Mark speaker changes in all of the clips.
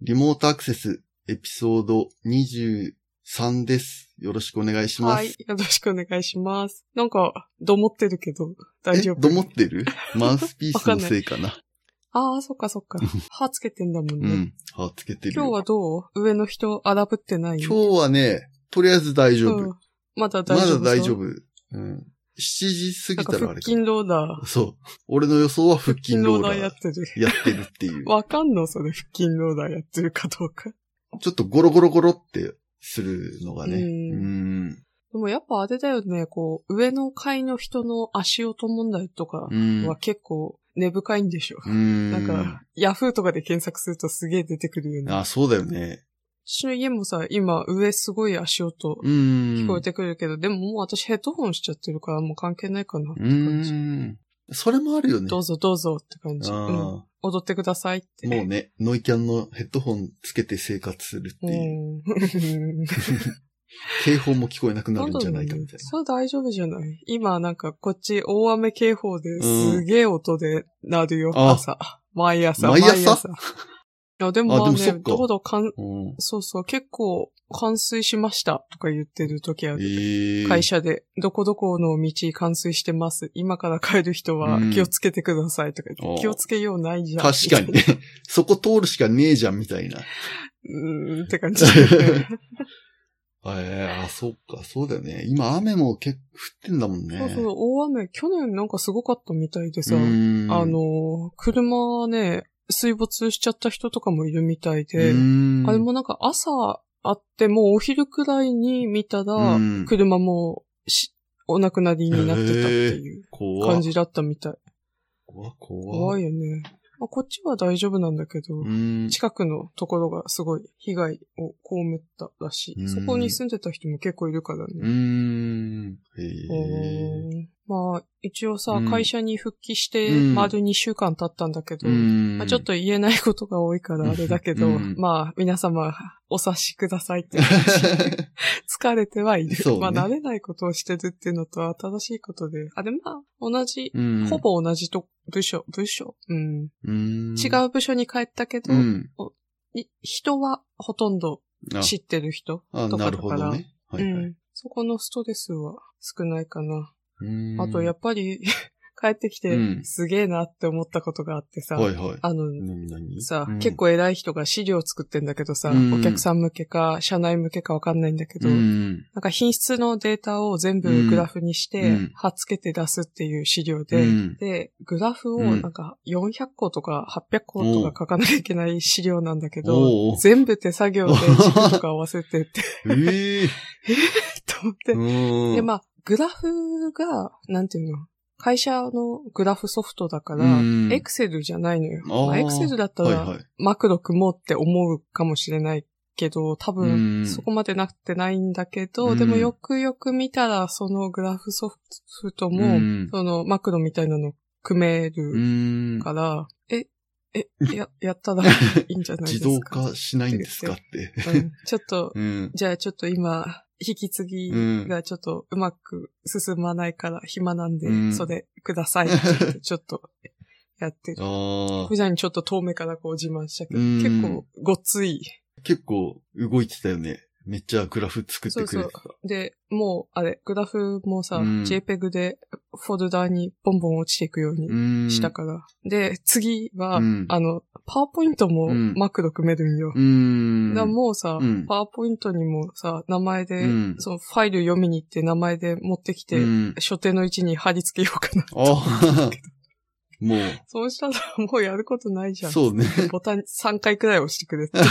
Speaker 1: リモートアクセスエピソード23です。よろしくお願いします。
Speaker 2: はい。よろしくお願いします。なんか、どもってるけど、大丈
Speaker 1: え、
Speaker 2: 夫。
Speaker 1: どもって るマウスピースのせいかな。
Speaker 2: ああ、そっかそっか。歯つけてんだもん
Speaker 1: う
Speaker 2: ね。
Speaker 1: ん。あ、つけてる。
Speaker 2: 今日はどう上の人荒ぶってない
Speaker 1: 今日はね、とりあえず大丈夫。
Speaker 2: うんまだ
Speaker 1: ま
Speaker 2: 大丈
Speaker 1: だ
Speaker 2: 夫。
Speaker 1: 大丈夫。うん。7時過
Speaker 2: なん
Speaker 1: ぎた
Speaker 2: か
Speaker 1: らあ
Speaker 2: 腹
Speaker 1: れか。
Speaker 2: 筋ローラー。
Speaker 1: そう。俺の予想は腹筋ローラー
Speaker 2: やってる。
Speaker 1: やってるっていう。
Speaker 2: わかんのそれ、腹筋ローラーやってるかどうか。
Speaker 1: ちょっとゴロゴロゴロってするのがね。
Speaker 2: うん
Speaker 1: うん。
Speaker 2: でもやっぱあれだよね、こう、上の階の人の足音問題とか
Speaker 1: うん。
Speaker 2: は結構根深いんでしょ。
Speaker 1: うん。
Speaker 2: なんか、ヤフーとかで検索するとすげえ出てくるよね。
Speaker 1: あ、そうだよね。
Speaker 2: 私の家もさ、今、上すごい足音
Speaker 1: うん。
Speaker 2: 聞こえてくるけど、でももう私ヘッドホンしちゃってるからもう関係ないかなって
Speaker 1: う
Speaker 2: 感じ。
Speaker 1: ん。それもあるよね。
Speaker 2: どうぞどうぞって感
Speaker 1: あ
Speaker 2: じ。
Speaker 1: ー
Speaker 2: うん、
Speaker 1: も
Speaker 2: 踊ってくださいって。
Speaker 1: うね、ノイキャンのヘッドホンつけて生活するっていう。
Speaker 2: うん。
Speaker 1: 警報も聞こえなく な
Speaker 2: な
Speaker 1: る
Speaker 2: ん
Speaker 1: ん
Speaker 2: だ
Speaker 1: じゃ
Speaker 2: ろう
Speaker 1: ない
Speaker 2: ね
Speaker 1: かみたい。な。
Speaker 2: それ大丈夫じゃない今なんかこっち大雨警報ですげえ音で鳴るよ、
Speaker 1: あ
Speaker 2: 朝。毎朝。
Speaker 1: 毎朝
Speaker 2: いや、でもま
Speaker 1: あで
Speaker 2: あ
Speaker 1: もそっ
Speaker 2: ね
Speaker 1: か、
Speaker 2: 道路かん、
Speaker 1: うん
Speaker 2: そうそう、結構冠水しましたとか言ってる時ある。
Speaker 1: ええ
Speaker 2: 会社で、どこどこの道冠水してます。今から帰る人は
Speaker 1: うん
Speaker 2: 気をつけてくださいとか言って、
Speaker 1: おう
Speaker 2: 気をつけようないじゃん。
Speaker 1: 確かにね。そこ通るしかねえじゃんみたいな。
Speaker 2: うーん、って 感じだよね。
Speaker 1: ええあ、そっか、そうだよね。今雨も結構降ってんだもんね。
Speaker 2: そうそう、大雨、去年なんかすごかったみたいでさ、
Speaker 1: うん
Speaker 2: あ、の、車ね、水没しちゃった人とかもいるみたいで、
Speaker 1: うん
Speaker 2: あれもなんか朝あってもうお昼くらいに見たら
Speaker 1: うん、
Speaker 2: 車もしお亡くなりになってたっていう
Speaker 1: 怖
Speaker 2: 感
Speaker 1: い。
Speaker 2: じだったみたい。
Speaker 1: 怖い怖
Speaker 2: 怖
Speaker 1: い。
Speaker 2: いよね。まあ、こっちは大丈夫なんだけど、
Speaker 1: うん。
Speaker 2: 近くのところがすごい被害を被ったらし
Speaker 1: うん
Speaker 2: い。そこに住んでた人も結構いるから
Speaker 1: う
Speaker 2: ね。
Speaker 1: ん。へえ
Speaker 2: うんまあ、一応さ、
Speaker 1: うん
Speaker 2: 会社に復帰して
Speaker 1: うん
Speaker 2: 丸2週間経ったんだけど、
Speaker 1: うん
Speaker 2: まあ、ちょっと言えないことが多いからあれだけど、
Speaker 1: うん
Speaker 2: まあ、皆様、お察しくださいっ て感じ疲れてはいる。
Speaker 1: そうね
Speaker 2: まあ、慣れないことをしてるっていうのと、新しいことで。あ、でもまあ、同じ、
Speaker 1: うん
Speaker 2: ほぼ同じと、部署、部署、うん。
Speaker 1: うん
Speaker 2: 違う部署に帰ったけど、
Speaker 1: うん。
Speaker 2: い人はほとんど
Speaker 1: あ
Speaker 2: 知ってる人
Speaker 1: あ、
Speaker 2: と
Speaker 1: な
Speaker 2: か
Speaker 1: る
Speaker 2: だ
Speaker 1: ほ
Speaker 2: から、
Speaker 1: どね。はいは
Speaker 2: う
Speaker 1: い。
Speaker 2: ん、そこのストレスは少ないかな。
Speaker 1: うん
Speaker 2: あと、やっぱり 帰ってきて
Speaker 1: うん
Speaker 2: すげえなって思ったことがあってさ、
Speaker 1: はいはい。
Speaker 2: あの、
Speaker 1: 何何
Speaker 2: さ、
Speaker 1: うん
Speaker 2: 結構偉い人が資料作ってんだけどさ、
Speaker 1: うん
Speaker 2: お客さん向けか、社内向けかわかんないんだけど、
Speaker 1: うん。
Speaker 2: なんか品質のデータを
Speaker 1: う
Speaker 2: 全
Speaker 1: ん
Speaker 2: 部グラフにして、
Speaker 1: うん
Speaker 2: 貼っつけて出すっていう資料
Speaker 1: う
Speaker 2: で、
Speaker 1: ん。
Speaker 2: で、グラフを
Speaker 1: うん
Speaker 2: なんか400個とか800個とか書かなきゃいけない資料なんだけ
Speaker 1: おうお
Speaker 2: ど
Speaker 1: う、
Speaker 2: 全部手作業で時間とか合わせてって、
Speaker 1: ええ
Speaker 2: と思って、
Speaker 1: うん。
Speaker 2: で、まあ、グラフが、なんていうの会社のグラフソフトだか
Speaker 1: う
Speaker 2: ら
Speaker 1: ん、
Speaker 2: エクセルじゃないのよ。
Speaker 1: あー
Speaker 2: まあエクセルだった
Speaker 1: はい
Speaker 2: ら、
Speaker 1: はい。
Speaker 2: マクロ組もうって思うかもしれないけど、多
Speaker 1: うん
Speaker 2: 分、そこまでなってないんだけ
Speaker 1: う
Speaker 2: ど、
Speaker 1: ん
Speaker 2: でもよくよく見たら、そのグラフソフト
Speaker 1: う
Speaker 2: も
Speaker 1: ん、
Speaker 2: そのマクロみたいなの組め
Speaker 1: う
Speaker 2: る
Speaker 1: ん。
Speaker 2: から、え、 え、や、やったらいいんじゃないで
Speaker 1: 自
Speaker 2: すか。
Speaker 1: 動化しないんですかって。
Speaker 2: うんちょっと、
Speaker 1: うん。
Speaker 2: じゃあちょっと今、引き継ぎがちょっとうまく進まないから暇なんで、
Speaker 1: うん
Speaker 2: それくださいって言 ってちょっとやってる。
Speaker 1: あ
Speaker 2: 普段にちょっと遠目からこう自慢したけど、
Speaker 1: うん
Speaker 2: 結構ごつい。
Speaker 1: あ。結構動いてたよね。めっちゃグラフ作ってくれてた。
Speaker 2: で、もうあれ、グラフもさ、
Speaker 1: うん
Speaker 2: JPEG でフォルダにボンボン落ちていくように
Speaker 1: うん。
Speaker 2: したから。で、次は、
Speaker 1: うん
Speaker 2: あの、パワーポイントも
Speaker 1: うん
Speaker 2: マクロ組めるんよ。
Speaker 1: うん。
Speaker 2: だからもうさ、
Speaker 1: うん
Speaker 2: パワーポイントにもさ、名前で、
Speaker 1: うん
Speaker 2: そのファイル読みに行って名前で持ってきて、
Speaker 1: うん
Speaker 2: 所定の位置に貼り付けようかな。
Speaker 1: ああ。 もう、
Speaker 2: そうしたらもうやることないじゃん。
Speaker 1: そうね。
Speaker 2: ボタン3回くらい押してくれて。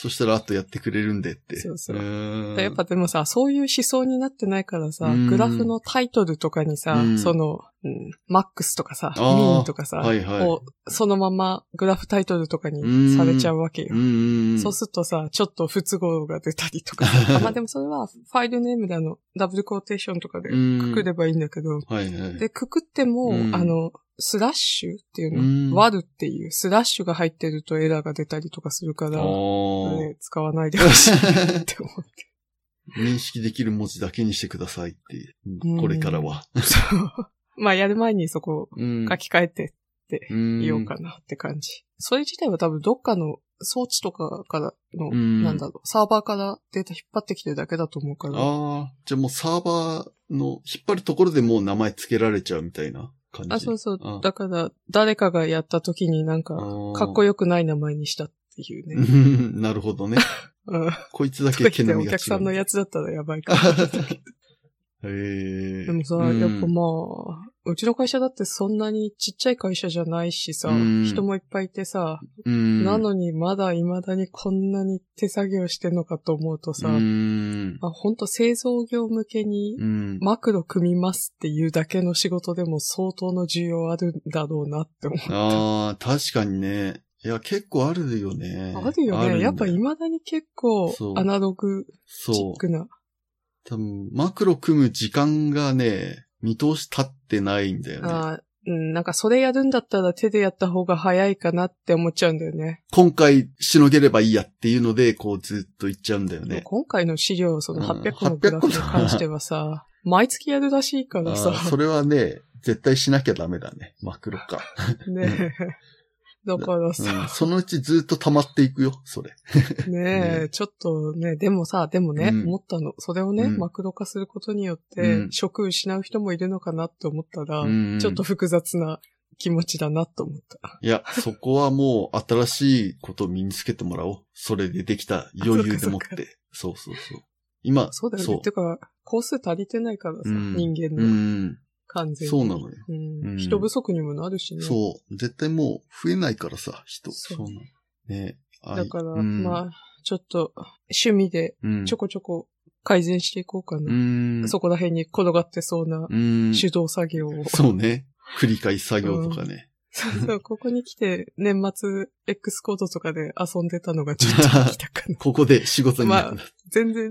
Speaker 1: そしたら、あとやってくれるんでって。
Speaker 2: そうそう
Speaker 1: ーん
Speaker 2: やっぱでもさ、そういう思想になってないからさ、
Speaker 1: うん
Speaker 2: グラフのタイトルとかにさ、
Speaker 1: うん
Speaker 2: その、うんマックスとかさ、ミ
Speaker 1: あー
Speaker 2: ーンとかさ、
Speaker 1: はいはい。
Speaker 2: をそのままグラフタイトルとか
Speaker 1: うん
Speaker 2: にされちゃうわけよ。
Speaker 1: うんうんうん。
Speaker 2: そうするとさ、ちょっと不都合が出たり とか。あまあでもそれはファイルネームであの、ダブルコーテーションとかで
Speaker 1: うん
Speaker 2: くくればいいんだけど、
Speaker 1: はいはい。
Speaker 2: で、くくっても、
Speaker 1: うん
Speaker 2: あの、スラッシュってい
Speaker 1: う
Speaker 2: うの、
Speaker 1: ん
Speaker 2: 割るっていうスラッシュが入ってるとエラーが出たりとかするから、
Speaker 1: ああ。
Speaker 2: ね使わないでほしいって思っ
Speaker 1: 認識できる文字だけにしてくださいって、
Speaker 2: うん
Speaker 1: これからは。
Speaker 2: て。そう まあやる前にそこを
Speaker 1: うん
Speaker 2: 書き換えて
Speaker 1: うん
Speaker 2: いようかなって感じ。それ自体は多分どっかの装置とかからの、
Speaker 1: うん
Speaker 2: なんだろう、サーバーからデータ引っ張ってきてるだけだと思うから、
Speaker 1: ああ、じゃあもうサーバーの引っ張るところでもう名前付けられちゃうみたいな感じ。
Speaker 2: あ、そうそう
Speaker 1: あ。
Speaker 2: だから、誰かがやった時になんか、かっこ
Speaker 1: い
Speaker 2: よくない名前にしたっていう
Speaker 1: い
Speaker 2: ね。
Speaker 1: なるほどね。
Speaker 2: うん。
Speaker 1: こいつだ
Speaker 2: と
Speaker 1: け
Speaker 2: か
Speaker 1: 毛
Speaker 2: 言って
Speaker 1: 並
Speaker 2: お
Speaker 1: み が違う。
Speaker 2: 客さんのやつだったらやばいか
Speaker 1: あ
Speaker 2: ら
Speaker 1: は。は へえ。
Speaker 2: でもさ、
Speaker 1: うん
Speaker 2: やっぱまあ、うちの会社だってそんなにちっちゃい会社じゃないしさ、
Speaker 1: うん
Speaker 2: 人もいっぱいいてさ、
Speaker 1: うん。
Speaker 2: なのにまだ未だにこんなに手作業してんのかと思うとさ、
Speaker 1: うん。
Speaker 2: まあほんと製造業向けに
Speaker 1: うん。
Speaker 2: マクロ組みますっていうだけの仕事でも相当の需要あるんだろうなって思う。
Speaker 1: ああ、確かにね。いや、結構あるよね。
Speaker 2: あるよ
Speaker 1: んだ
Speaker 2: ね。
Speaker 1: よ
Speaker 2: やっぱ未だに結構
Speaker 1: そう
Speaker 2: アナログチ
Speaker 1: そ
Speaker 2: ッ
Speaker 1: う。
Speaker 2: クな。
Speaker 1: 多分、マクロ組む時間がね、見通し立ってないんだよね。
Speaker 2: あーうん、なんかそれやるんだったら手でやった方が早いかなって思っちゃうんだよね。
Speaker 1: 今回、しのげればいいやっていうので、こうずっと行っちゃうんだよね。
Speaker 2: 今回の資料、その
Speaker 1: うん
Speaker 2: 800個のグラフに関して はさ、毎月やるらしいから
Speaker 1: あ
Speaker 2: さ
Speaker 1: ー、それはね、絶対しなきゃダメだね。マクロか。
Speaker 2: ねえ。だから
Speaker 1: うん、
Speaker 2: さ、
Speaker 1: そのうちずっと溜まっていくよ、それ。
Speaker 2: ねえ、ちょっとね、でもさ、でもね、
Speaker 1: うん
Speaker 2: 思ったの。それをね、
Speaker 1: うん
Speaker 2: マクロ化することによっ
Speaker 1: う
Speaker 2: て
Speaker 1: ん、
Speaker 2: 職失う人もいるのかなって思ったら、
Speaker 1: うん
Speaker 2: ちょっと複雑な気持ちだなと思った。
Speaker 1: いや、そこはもう新しいことを身につけてもらおう。それでできた余裕でもって。そうそうそう。今、
Speaker 2: そうだよね。てか、工数足りてないからさ、
Speaker 1: うん
Speaker 2: 人間
Speaker 1: う
Speaker 2: の
Speaker 1: ん。
Speaker 2: 完全に。
Speaker 1: そうなのよ。
Speaker 2: うん
Speaker 1: うん
Speaker 2: 人不足にもなるしね。
Speaker 1: そう。絶対もう増えないからさ、人。
Speaker 2: そ
Speaker 1: そううなの。ね。あ
Speaker 2: だから、
Speaker 1: うん、
Speaker 2: まあ、ちょっと、趣味で
Speaker 1: うん、
Speaker 2: ちょこちょこ改善していこうか
Speaker 1: う
Speaker 2: な。
Speaker 1: ん。
Speaker 2: そこら辺に転がってそうな
Speaker 1: うん。
Speaker 2: 手動作業を。
Speaker 1: そうね。繰り返し作業とかね。
Speaker 2: そうここに来て年末 X コードとかで遊んでたのがちょっとできたか な。
Speaker 1: ここで仕事になるんだ。
Speaker 2: 全然違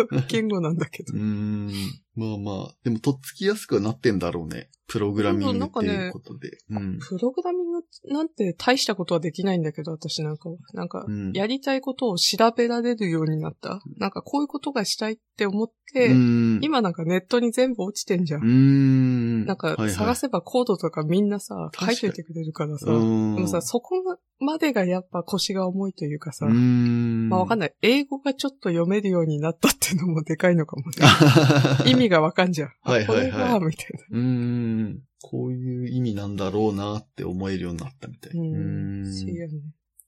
Speaker 2: う言語なんだけど
Speaker 1: う。ん。まあまあ。でも、とっつきやすくはなってんだろうね。プログラミングっていうことで。うん。
Speaker 2: プログラミングなんて大したことはできないんだけど、私なんかは。なんか
Speaker 1: う、ん
Speaker 2: やりたいことを調べられるようになった。なんかこういうことがしたいって思って、
Speaker 1: うん、
Speaker 2: 今なんかネットに全部落ちてんじゃ。
Speaker 1: うんん。
Speaker 2: なんか
Speaker 1: はいはい
Speaker 2: 探せばコードとかみんなさ、
Speaker 1: 確
Speaker 2: 書
Speaker 1: か
Speaker 2: い
Speaker 1: に
Speaker 2: といてくれるからさ。
Speaker 1: うん。
Speaker 2: でもさ、そこまでがやっぱ腰が重いというかさ、
Speaker 1: うん。
Speaker 2: まあわかん
Speaker 1: ない。
Speaker 2: ない。英語がちょっと読めるようになったっていうのもでかいのかも ね。意味がわかんじゃん。あ
Speaker 1: はいはいはい
Speaker 2: これが、みたい
Speaker 1: うん。こういう意味なんだろうなって思えるようになったみたい。
Speaker 2: な。うん。そう
Speaker 1: な
Speaker 2: やね。
Speaker 1: る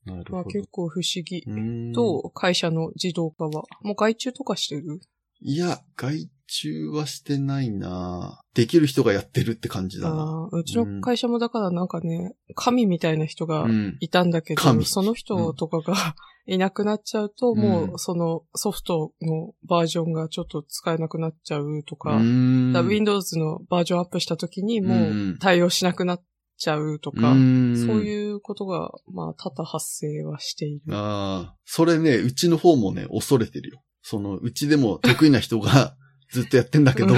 Speaker 2: ま
Speaker 1: ほど。
Speaker 2: あ結構不思議。
Speaker 1: うん
Speaker 2: どう会社の自動化は。もう外注とかしてる
Speaker 1: いや、外注はしてないなできる人がやってるって感じだな。
Speaker 2: ああ、うちの会社もだからなんかね、神みたいな人が
Speaker 1: うん。
Speaker 2: いたんだけど、
Speaker 1: 神
Speaker 2: その人とかがいなくなっちゃうと、も
Speaker 1: う
Speaker 2: うそのソフトのバージョンがちょっと使えなくなっちゃうとか、
Speaker 1: うん
Speaker 2: だから Windows のバージョンアップした時にも
Speaker 1: う
Speaker 2: うん対応しなくなっちゃうとか、
Speaker 1: ん
Speaker 2: そういうことが、まあ、多々発生はしている。
Speaker 1: ああ、それね、うちの方もね、恐れてるよ。その、うちでも得意な人が ずっとやってんだけど
Speaker 2: うん、。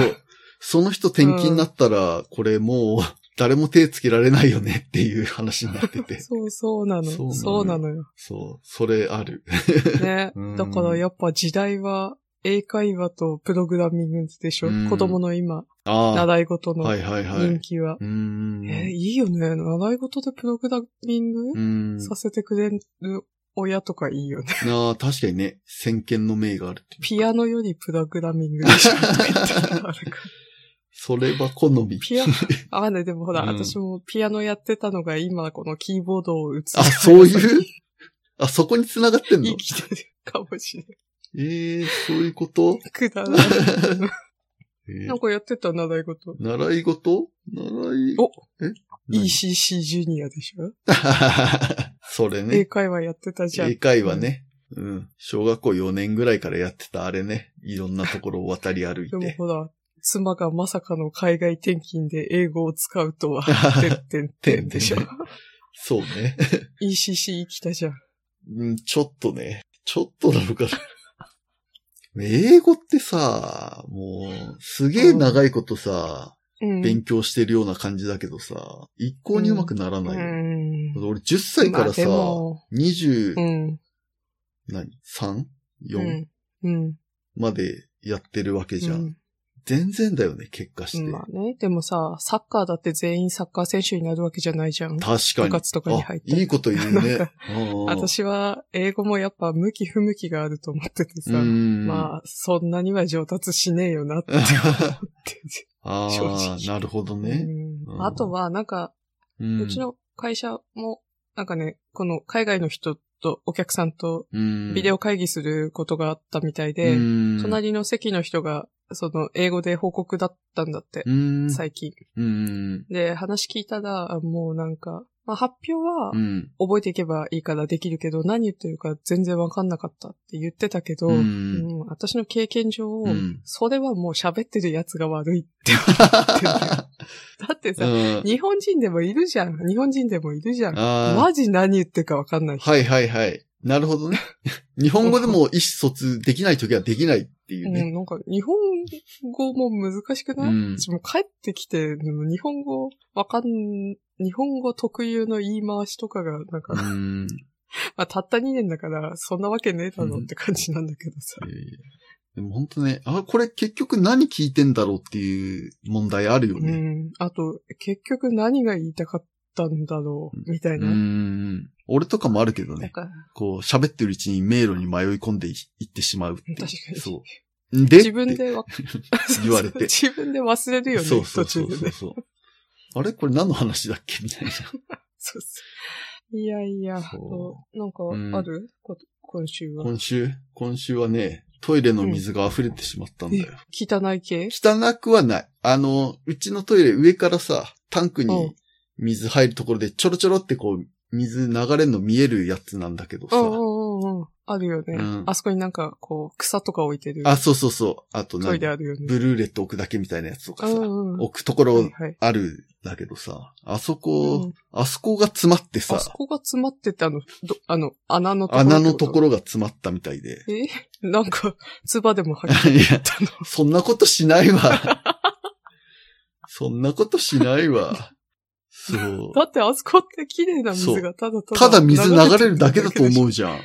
Speaker 1: その人転勤になったら、これもう、誰も手つけられないよねっていう話になってて
Speaker 2: そう、そう
Speaker 1: そうな
Speaker 2: な
Speaker 1: の
Speaker 2: の。
Speaker 1: よ
Speaker 2: そうなのよ。
Speaker 1: そう、それあ る。
Speaker 2: ね
Speaker 1: う。ん
Speaker 2: だからやっぱ時代は、英会話とプログラミングでしょ
Speaker 1: うん
Speaker 2: 子供の今、
Speaker 1: あ
Speaker 2: 習い事
Speaker 1: あ、
Speaker 2: の
Speaker 1: はいはいはい。
Speaker 2: 人
Speaker 1: う
Speaker 2: 気は。
Speaker 1: ーん。
Speaker 2: えーいいよね。習い事でプログラミン
Speaker 1: う
Speaker 2: グ
Speaker 1: ーん。
Speaker 2: させてくれる親とかいいよね。
Speaker 1: ああ、確かにね、先見の明があるっていう。
Speaker 2: ピアノよりプログラミングでしょとか言ってた らあれか
Speaker 1: それは好み。
Speaker 2: ピア、 あ、ね、でもほら、
Speaker 1: うん
Speaker 2: 私もピアノやってたのが今このキーボードを打つ。
Speaker 1: あ、そういうあ、そこに繋がってんの
Speaker 2: 生きてるかもしれ ない。
Speaker 1: ええそういうこと、
Speaker 2: くだらない。
Speaker 1: えー
Speaker 2: なんかやってた習い事。
Speaker 1: 習い事習い。
Speaker 2: お
Speaker 1: え
Speaker 2: ECC ジュニアでしょ、
Speaker 1: 何 それ
Speaker 2: 英
Speaker 1: ね。
Speaker 2: 会話やってたじゃん
Speaker 1: 英。会話ね。うん。小学校4年ぐらいからやってたあれね。いろんなところを渡り歩い
Speaker 2: でも
Speaker 1: て。
Speaker 2: ほら、妻がまさかの海外転勤で英語を使う とは、てってんてんでしょ
Speaker 1: てんそうね。
Speaker 2: ?ECC 生きたじゃん。
Speaker 1: うん、ちょっとね。ちょっとなのかな。英語ってさ、もう、すげえ長いことさ、
Speaker 2: うん。
Speaker 1: 勉強してるような感じだけどさ、一向にうまくならないよ。
Speaker 2: うん。
Speaker 1: 俺10歳からさ、
Speaker 2: まあでも
Speaker 1: 20、
Speaker 2: うん。
Speaker 1: 何 ?3?4?
Speaker 2: うん。うん。
Speaker 1: までやってるわけじゃん。
Speaker 2: うん
Speaker 1: 全然だよね、結果して。
Speaker 2: まあね。でもさ、サッカーだって全員サッカー選手になるわけじゃないじゃん。
Speaker 1: 確かに。
Speaker 2: 部活とかに入って
Speaker 1: あいいこと言う
Speaker 2: なん
Speaker 1: ね
Speaker 2: か。
Speaker 1: うん
Speaker 2: 私は英語もやっぱ向き不向きがあると思っててさ、
Speaker 1: うん
Speaker 2: まあ、そんなには上達しねえ よなって思ってて。
Speaker 1: あ
Speaker 2: 正
Speaker 1: あ
Speaker 2: 直
Speaker 1: ー、なるほど
Speaker 2: う
Speaker 1: ね。
Speaker 2: ん
Speaker 1: うん
Speaker 2: あとは、なんか、
Speaker 1: うん
Speaker 2: うちの会社も、なんかね、この海外の人とお客さんとビデオ会議することがあったみたいで、隣の席の人が、その、英語で報告だったんだって、
Speaker 1: うん、
Speaker 2: 最近。
Speaker 1: うん。
Speaker 2: で、話聞いたら、あもうなんか、まあ、発表は
Speaker 1: うん。
Speaker 2: 覚えていけばいいからできるけど、何言ってるか全然わかんなかったって言ってたけど、
Speaker 1: うん
Speaker 2: うん私の経験上、
Speaker 1: ん
Speaker 2: それはもう喋ってるやつが悪い って。だってさ、
Speaker 1: うん
Speaker 2: 日本人でもいるじゃん。日本人でもいるじゃん。
Speaker 1: あ
Speaker 2: マジ何言ってるかわかんない
Speaker 1: ー
Speaker 2: 人。
Speaker 1: はいはいはい。なるほ どね。日本語でも意思疎通できないときはできないっていう
Speaker 2: う
Speaker 1: ね。
Speaker 2: ん、なんか日本語も難しくな
Speaker 1: う
Speaker 2: い、
Speaker 1: ん
Speaker 2: 私もう帰ってきて、日本語わかん、日本語特有の言い回しとかが、なんか、
Speaker 1: うん
Speaker 2: まあ、たった2年だから、そんなわけねえだろうって感じなんだけどさ。
Speaker 1: いやいやでも本当ね、あ、これ結局何聞いてんだろうっていう問題あるよ
Speaker 2: うん。
Speaker 1: ね。
Speaker 2: あと、結局何が言いたかったんだろう、みたいな。
Speaker 1: うん俺とかもあるけど
Speaker 2: なん
Speaker 1: ね。
Speaker 2: か、
Speaker 1: こう、喋ってるうちに迷路に迷い込んでいいってしまうっていう。
Speaker 2: 確かに
Speaker 1: そう。で
Speaker 2: 自分
Speaker 1: って
Speaker 2: でわ
Speaker 1: 言われて
Speaker 2: 自分で忘れるよね、
Speaker 1: そうそうそ
Speaker 2: 途
Speaker 1: う
Speaker 2: 中
Speaker 1: そ
Speaker 2: で
Speaker 1: う
Speaker 2: ね。
Speaker 1: そう。あれこれ何の話だっけみたいな。
Speaker 2: そうそう。いやいや、あと
Speaker 1: そ
Speaker 2: なんか
Speaker 1: うん
Speaker 2: ある、こ今週は。
Speaker 1: 今週、今週はね、トイレの水が溢れてしまったんだよ。
Speaker 2: 汚い系
Speaker 1: 汚くはない。あの、うちのトイレ上からさ、タンク
Speaker 2: うん
Speaker 1: に水入るところでちょろちょろってこう、水流れるの見えるやつなんだけど
Speaker 2: う
Speaker 1: さ。
Speaker 2: んうんうんうん。あるよね、
Speaker 1: うん
Speaker 2: あそこになんか、こう、草とか置いてる。
Speaker 1: あ、そうそうそう。あと
Speaker 2: トイ
Speaker 1: 何
Speaker 2: レあるよね。
Speaker 1: ブルーレット置くだけみたいなやつとかさ、
Speaker 2: うんうん。
Speaker 1: 置くとこ
Speaker 2: はい
Speaker 1: ろ
Speaker 2: はい。
Speaker 1: あるんだけどさ、あそ
Speaker 2: うん
Speaker 1: こ、あそこが詰まって
Speaker 2: あ
Speaker 1: さ、
Speaker 2: そこが詰まってて、あの、どあの、穴のところ。
Speaker 1: 穴のところが詰まったみたいで。
Speaker 2: えーなんか、唾でも吐き
Speaker 1: いや、
Speaker 2: たの。
Speaker 1: そんなことしないわ。そんなことしないわ。そう。
Speaker 2: だってあそこって綺麗な水がただただ。
Speaker 1: ただ水流れるだけだと思
Speaker 2: う。
Speaker 1: うじゃん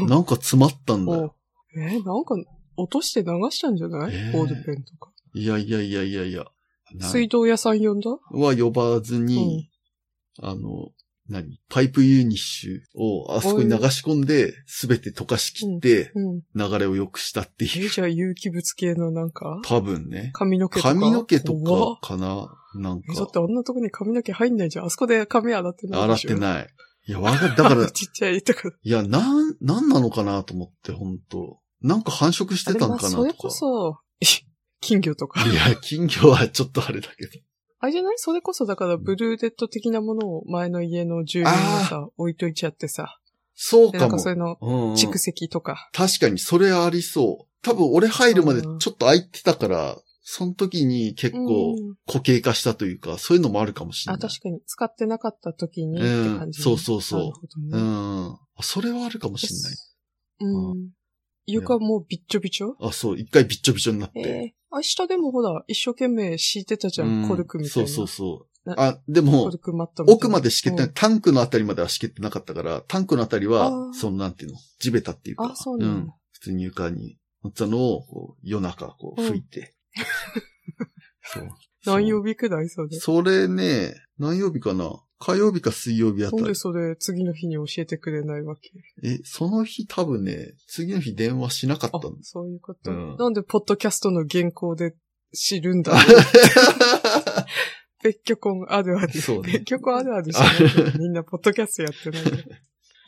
Speaker 2: うん。
Speaker 1: なんか詰まったんだよ。
Speaker 2: えーなんか、落として流したんじゃない、
Speaker 1: えー
Speaker 2: ボールペンとか。
Speaker 1: いやいやいやいやいや。な
Speaker 2: 水道屋さん呼んだ
Speaker 1: は呼ばずに、あの、何パイプユニッシュをあそこに流し込んで、すべて溶かしきって、
Speaker 2: うん。
Speaker 1: 流れを良くしたって
Speaker 2: え
Speaker 1: いう。
Speaker 2: ーじゃあ有機物系のなんか、
Speaker 1: 多分ね。
Speaker 2: 髪の毛とか。
Speaker 1: 髪の毛と
Speaker 2: 怖っ
Speaker 1: かかななん
Speaker 2: えだっ
Speaker 1: か
Speaker 2: て、あんなとこに髪の毛入んないじゃん。あそこで髪洗ってない
Speaker 1: 洗
Speaker 2: で
Speaker 1: っ
Speaker 2: しょ。
Speaker 1: てない。いや、わか、だか ら、
Speaker 2: ちっちゃいとか。
Speaker 1: いや、なん、なんなのかなと思って、本当なんか繁殖して
Speaker 2: あで
Speaker 1: た
Speaker 2: もま
Speaker 1: の
Speaker 2: あ
Speaker 1: かなとか。
Speaker 2: それこそ、金魚とか。
Speaker 1: いや、金魚はちょっとあれだけど。
Speaker 2: あれじゃないそれこそだからブルーデッド的なものを前の家の住人がさ、置いといちゃってさ。
Speaker 1: そう
Speaker 2: で、
Speaker 1: か
Speaker 2: なんか
Speaker 1: も。
Speaker 2: それの
Speaker 1: うんうん
Speaker 2: 蓄積とか。
Speaker 1: 確かに、それありそう。多分、俺入るまでち
Speaker 2: う
Speaker 1: ょ
Speaker 2: ん
Speaker 1: っと空いてたから、その時に結構
Speaker 2: うん
Speaker 1: 固形化したというか、そういうのもあるかもしれな
Speaker 2: あ、
Speaker 1: い。
Speaker 2: 確かに使ってなかった時にっ
Speaker 1: うん
Speaker 2: て感じね、
Speaker 1: そうそうそう
Speaker 2: なるほど
Speaker 1: う
Speaker 2: ね。
Speaker 1: ん。それはあるかもしれない。
Speaker 2: うん。床もうびっちょびちょ
Speaker 1: あ、そう、一回びっちょびちょになっ
Speaker 2: え
Speaker 1: て。
Speaker 2: え明日でもほら、一生懸命敷いてたじゃん。
Speaker 1: うん
Speaker 2: コルクみたいな。
Speaker 1: そうそうそう。
Speaker 2: な
Speaker 1: あ、で
Speaker 2: コ
Speaker 1: も
Speaker 2: ル、クマットみたいな。
Speaker 1: 奥まで敷けてない、
Speaker 2: うん
Speaker 1: タンクのあたりまでは敷けてなかったから、タンクのあたり
Speaker 2: あ
Speaker 1: は
Speaker 2: ー、
Speaker 1: そのなんていうの、地べたっていうか、
Speaker 2: あそうなんだ
Speaker 1: ん普通に床に乗ったのを、こう夜中、こう、
Speaker 2: うん
Speaker 1: 吹いて。 そう。
Speaker 2: 何曜日くらいそれ。
Speaker 1: それね、何曜日かな火曜日か水曜日あた
Speaker 2: なんで
Speaker 1: り。
Speaker 2: それ次の日に教えてくれないわけ
Speaker 1: え、その日多分ね、次の日電話しなかった
Speaker 2: あ
Speaker 1: んだ。、
Speaker 2: そういうこと。
Speaker 1: うん
Speaker 2: なんでポッドキャストの原稿で知るんだ 別居婚あるある。
Speaker 1: そうね
Speaker 2: 別居婚あるあるしないけ どみんなポッドキャストやってないから。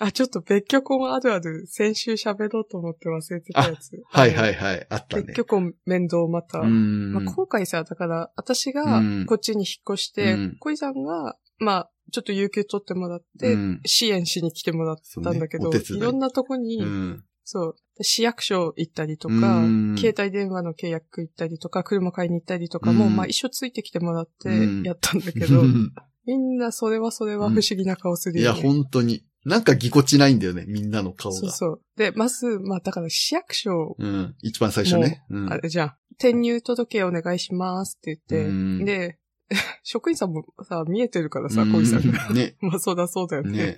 Speaker 2: あ、ちょっと別居婚あるある、先週喋ろうと思って忘れてたやつ。。
Speaker 1: はいはいいはい、あったね。
Speaker 2: 別居婚面倒また。
Speaker 1: うん。
Speaker 2: まあ、今回さ、だから、私が
Speaker 1: うん
Speaker 2: こっちに引っ越して、
Speaker 1: うん
Speaker 2: 小井さんが、まあ、ちょっと有給取ってもらって、
Speaker 1: うん
Speaker 2: 支援しに来てもらったんだけど、
Speaker 1: そうねお手伝い
Speaker 2: いろんなとこに、
Speaker 1: うん
Speaker 2: そう、市役所行ったりとか、
Speaker 1: うん
Speaker 2: 携帯電話の契約行ったりとか、車買いに行ったりとかも、
Speaker 1: うん
Speaker 2: まあ一緒ついてきてもらって
Speaker 1: うん
Speaker 2: やったんだけ ど、
Speaker 1: うん
Speaker 2: みんなそれはそれは不思議な顔する
Speaker 1: いや、
Speaker 2: よ、ね
Speaker 1: 本当に。なんかぎこちないんだよね、みんなの顔が。
Speaker 2: そうそう。で、まず、まあだから市役所、
Speaker 1: うん。一番最初ね。うん
Speaker 2: あれじゃん、転入届お願いしますって言って、
Speaker 1: うん
Speaker 2: で、 職員さんもさ、見えてるから
Speaker 1: う
Speaker 2: さ、
Speaker 1: ん
Speaker 2: 小井さんが。
Speaker 1: ね。
Speaker 2: まあそうだそうだよね。
Speaker 1: ね。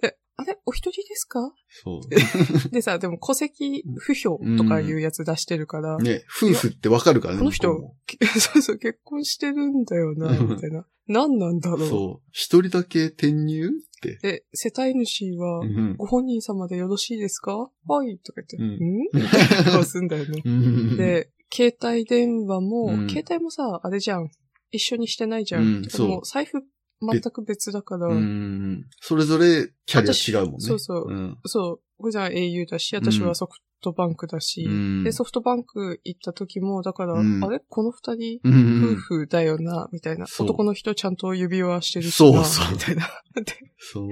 Speaker 2: で、あれお一人ですか
Speaker 1: そ
Speaker 2: でさ、でも戸籍不評とかいうやつ出してるから、
Speaker 1: う。ね、夫婦ってわかるからね。
Speaker 2: この人
Speaker 1: 向こ
Speaker 2: け そうそう、結婚してるんだよな、みたいな。何なんだ
Speaker 1: うも
Speaker 2: ろ
Speaker 1: そう。一人だけ転入って
Speaker 2: う。。で、世帯主は
Speaker 1: う、ん。
Speaker 2: ご本人様でよろしいですかはい、とか言って、
Speaker 1: うん
Speaker 2: ん 顔すんだよね。
Speaker 1: うん、
Speaker 2: で、携帯電話も、
Speaker 1: うん
Speaker 2: 携帯もさ、あれじゃん。一緒にしてないじゃ。
Speaker 1: うんん
Speaker 2: で
Speaker 1: そう
Speaker 2: も財布全く別だから、
Speaker 1: うん。それぞれキャリア違うもんね。
Speaker 2: 私そうそう
Speaker 1: うん。
Speaker 2: そう、普段 au だし、私はソフトバンクだし、
Speaker 1: うん
Speaker 2: で、ソフトバンク行った時も、だから、
Speaker 1: うん
Speaker 2: あれこの二人、
Speaker 1: うんう
Speaker 2: 夫
Speaker 1: ん。
Speaker 2: 婦だよな、みたいな。
Speaker 1: そう
Speaker 2: 男の人ちゃんと指輪してるし
Speaker 1: そ
Speaker 2: な、
Speaker 1: うそう
Speaker 2: みたいな。 で
Speaker 1: そう。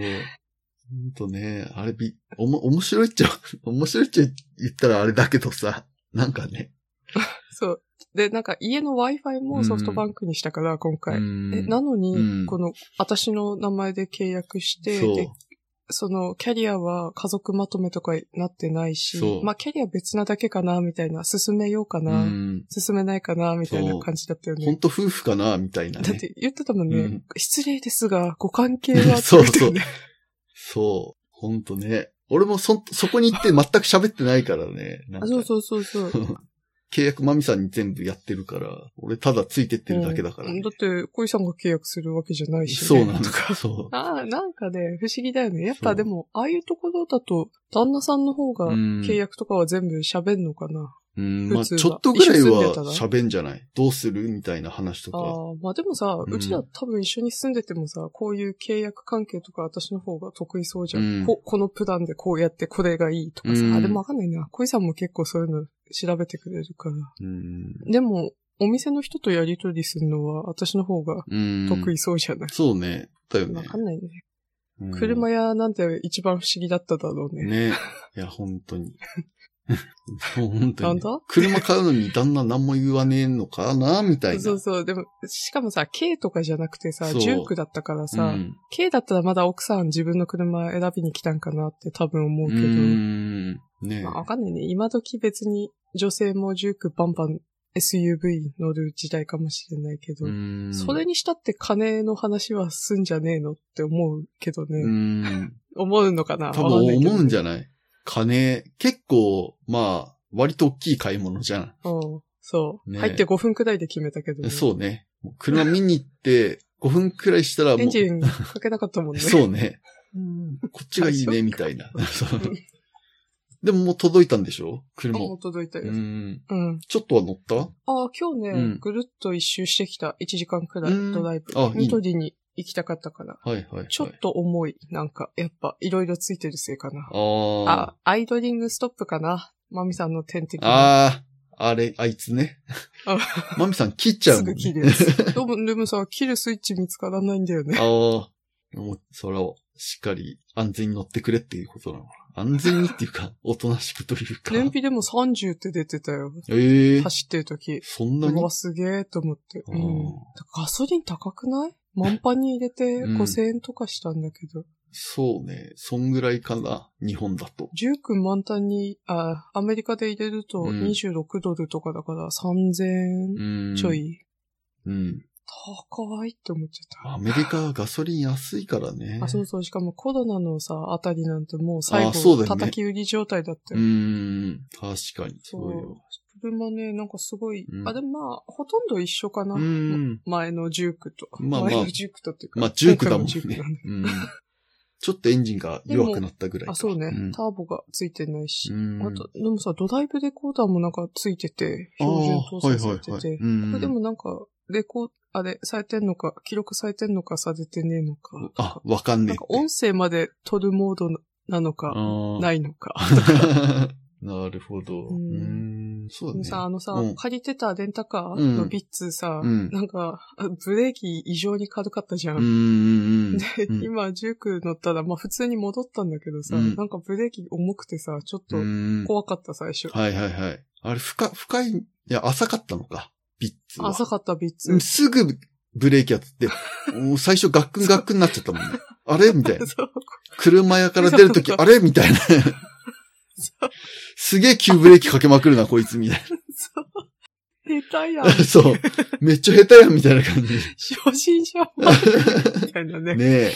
Speaker 1: ほんとね、あれび、おも、面白いっちゃ、面白いっちゃ言ったらあれだけどさ、なんかね。
Speaker 2: そう。で、なんか家の Wi-Fi もソフトバンクにしたから、今回。
Speaker 1: うん
Speaker 2: えなのに、
Speaker 1: うん
Speaker 2: この、私の名前で契約して、
Speaker 1: そう
Speaker 2: で。その、キャリアは家族まとめとかなってないし
Speaker 1: そ、う
Speaker 2: まあ、キャリア別なだけかな、みたいな、進めようか
Speaker 1: う
Speaker 2: な、
Speaker 1: ん。
Speaker 2: 進めないかな、みたいな感じだったよ
Speaker 1: ほん
Speaker 2: ね。
Speaker 1: と夫婦かな、みたいな、ね。
Speaker 2: だって言ってたもんね、
Speaker 1: うん
Speaker 2: 失礼ですが、ご関係は
Speaker 1: そう
Speaker 2: って
Speaker 1: そ
Speaker 2: 言っ
Speaker 1: う
Speaker 2: てね。
Speaker 1: そう。ほんとね。俺もそ、そこに行って全く喋ってないからね。なん か
Speaker 2: あそうそうそうそう。
Speaker 1: 契約マミさんに全部やってるから、俺ただついてってるだけだから、
Speaker 2: う
Speaker 1: ね
Speaker 2: んだって、小井さんが契約するわけじゃないし、ね。
Speaker 1: そうなんだ
Speaker 2: とか。。
Speaker 1: そ
Speaker 2: ああ、なんかね、不思議だよね。やっ
Speaker 1: そ
Speaker 2: ぱ
Speaker 1: う
Speaker 2: でも、ああいうところだと、旦那さんの方が
Speaker 1: う。うん
Speaker 2: 契約とかは全部喋んのかな。
Speaker 1: うん、まあ
Speaker 2: 普通
Speaker 1: ち
Speaker 2: は
Speaker 1: ょっとぐらいは
Speaker 2: 一緒に住んでた
Speaker 1: 喋んじゃないどうするみたいな話と
Speaker 2: あ
Speaker 1: か。
Speaker 2: あ、まあでもさ、
Speaker 1: うん
Speaker 2: うちら多分一緒に住んでてもさ、こういう契約関係とか私の方が得意そうじゃ
Speaker 1: う
Speaker 2: ん。
Speaker 1: ん
Speaker 2: ここのプランでこうやってこれがいいとかさ、
Speaker 1: うん
Speaker 2: あ、でもわかんないな。小井さんも結構そういうの調べてくれるから。
Speaker 1: うん。
Speaker 2: でも、お店の人とやりとりするのは私の方が
Speaker 1: うん。
Speaker 2: 得意。そうじゃない。
Speaker 1: そうね。だよね
Speaker 2: わ。かんないね。
Speaker 1: うん
Speaker 2: 車屋なんて一番不思議だっただろうね。
Speaker 1: ね。いや、本当に。 本当
Speaker 2: なん
Speaker 1: に。
Speaker 2: だ
Speaker 1: 車買うのに旦那何も言わねえのかなみたいな。
Speaker 2: そうそう。でも、しかもさ、K とかじゃなくてさ、
Speaker 1: そう
Speaker 2: 19だったからさ、
Speaker 1: うん
Speaker 2: K だったらまだ奥さん自分の車選びに来たんかなって多分思
Speaker 1: う
Speaker 2: うけど、
Speaker 1: ん。ね
Speaker 2: まあわかんないね。今時別に女性も19バンバン SUV 乗る時代かもしれないけど、
Speaker 1: うん
Speaker 2: それにしたって金の話はすんじゃねえのって思うけどね。
Speaker 1: うん。
Speaker 2: 思うのかな
Speaker 1: 多
Speaker 2: わかんな
Speaker 1: 分
Speaker 2: いけど
Speaker 1: 思うんじゃない金、結構、まあ、割と大きい買い物じゃ
Speaker 2: うん。そう。
Speaker 1: ね
Speaker 2: 入って5分くらいで決めたけど、
Speaker 1: ん。そうね。もう車見に行って、5分 くらいしたらもう。
Speaker 2: エンジンかけなかったもんね。
Speaker 1: そうね。こっちがいい
Speaker 2: あそっ
Speaker 1: ね、
Speaker 2: か
Speaker 1: みたいな。 そうでももう届いたんでしょ
Speaker 2: あ
Speaker 1: 車。
Speaker 2: もう届いたよ。
Speaker 1: う
Speaker 2: うん。
Speaker 1: ん。ちょっとは乗った
Speaker 2: ああ、今日ね、
Speaker 1: うん
Speaker 2: ぐるっと一周してきた1時間くらい、
Speaker 1: うん
Speaker 2: ドライブ。
Speaker 1: あいいね
Speaker 2: 緑に行きたかったから。
Speaker 1: はいはいはい。
Speaker 2: ちょっと重い。なんか、やっぱ、いろいろついてるせいかな。
Speaker 1: あ
Speaker 2: あ、アイドリングストップかな。マミさんの点滴
Speaker 1: あ。。ああ。あれ、あいつね
Speaker 2: あ。
Speaker 1: マミさん切っちゃう
Speaker 2: す
Speaker 1: もん
Speaker 2: ぐ
Speaker 1: ね。
Speaker 2: 切るやつ。どうも、でもさ、切るスイッチ見つからないんだよね。
Speaker 1: ああ。もう、それをしっかり安全に乗ってくれっていうことなのかな。安全にっていう か、おとなしくという か。
Speaker 2: 燃費でも30って出てたよ。
Speaker 1: ええ
Speaker 2: 走ってる時。
Speaker 1: そんな
Speaker 2: う
Speaker 1: に
Speaker 2: わ、すげえと思って。う
Speaker 1: あ
Speaker 2: ん。
Speaker 1: ー
Speaker 2: ガソリン高くない満杯に入れて
Speaker 1: うん
Speaker 2: 5000円とかしたんだけど。
Speaker 1: そうね。そんぐらいかな。日本だと。
Speaker 2: 19満タンに、あ、アメリカで入れると
Speaker 1: うん
Speaker 2: 26ドルとかだから3000円
Speaker 1: うん。
Speaker 2: ちょ。い。
Speaker 1: うん。
Speaker 2: 高いって思っちゃ
Speaker 1: ア
Speaker 2: っ
Speaker 1: メリカはガソリン安いからね。
Speaker 2: た。あ、そうそう。しかもコロナのさ、あたりなんてもう最
Speaker 1: あそうだよ
Speaker 2: 後、
Speaker 1: ね
Speaker 2: 叩き売り状態だった
Speaker 1: う
Speaker 2: よ。
Speaker 1: ーん。確かに。
Speaker 2: そ
Speaker 1: そうよ。
Speaker 2: う。車ね、なんかすごい、
Speaker 1: うん
Speaker 2: あ、でもまあ、ほとんど一緒かな。
Speaker 1: うーん。
Speaker 2: 前の19と。
Speaker 1: まあまあ
Speaker 2: 前の19とっていうか。
Speaker 1: まあ、ジュークだもん
Speaker 2: 今回の19
Speaker 1: ね
Speaker 2: なんだ。
Speaker 1: うん。ちょっとエンジンが弱くなったぐらいか。
Speaker 2: あ、そうね、
Speaker 1: ん
Speaker 2: ターボがついてないし。
Speaker 1: うん
Speaker 2: あと、でもさ、ドライブレコーダーもなんかついてて、
Speaker 1: あー
Speaker 2: 標準搭載されてて。
Speaker 1: はいはいはい。
Speaker 2: これで
Speaker 1: うん
Speaker 2: もなんか、レコー、あれ、されてんのか、記録されてんのか、されてねえのか。
Speaker 1: あ、わかんね
Speaker 2: なんか音声まで撮るモードなの
Speaker 1: え。
Speaker 2: か、
Speaker 1: あ
Speaker 2: ないのか。
Speaker 1: ー なるほど。う
Speaker 2: うん
Speaker 1: ーん。そうだ
Speaker 2: でも
Speaker 1: ね。
Speaker 2: さ、あのさ、
Speaker 1: うん
Speaker 2: 借りてたレンタカーのビッツさ、
Speaker 1: うん
Speaker 2: なんか、あブレーキ異常に軽かったじゃ。
Speaker 1: うんんうんうん。
Speaker 2: で、
Speaker 1: うん
Speaker 2: 今、19乗ったら、まあ普通に戻ったんだけどさ、
Speaker 1: うん
Speaker 2: なんかブレーキ重くてさ、ちょっと
Speaker 1: うん
Speaker 2: 怖かった最初。
Speaker 1: はいはいはい。あれ、深、深い、いや、浅かったのか。ビッツは。
Speaker 2: 浅かったビッツ
Speaker 1: うん。すぐブレーキやっ て、もう最初ガックンガックンになっちゃったもんね。あれみたいな。
Speaker 2: そう
Speaker 1: 車屋から出るとき、
Speaker 2: そう
Speaker 1: あれみたいな。
Speaker 2: そう
Speaker 1: すげえ急ブレーキかけまくるな、こいつ、みたい
Speaker 2: そう。下手やん
Speaker 1: な。。そう。めっちゃ下手やん、みたいな感じ。
Speaker 2: 初心者も。みたいなね。
Speaker 1: ねえ。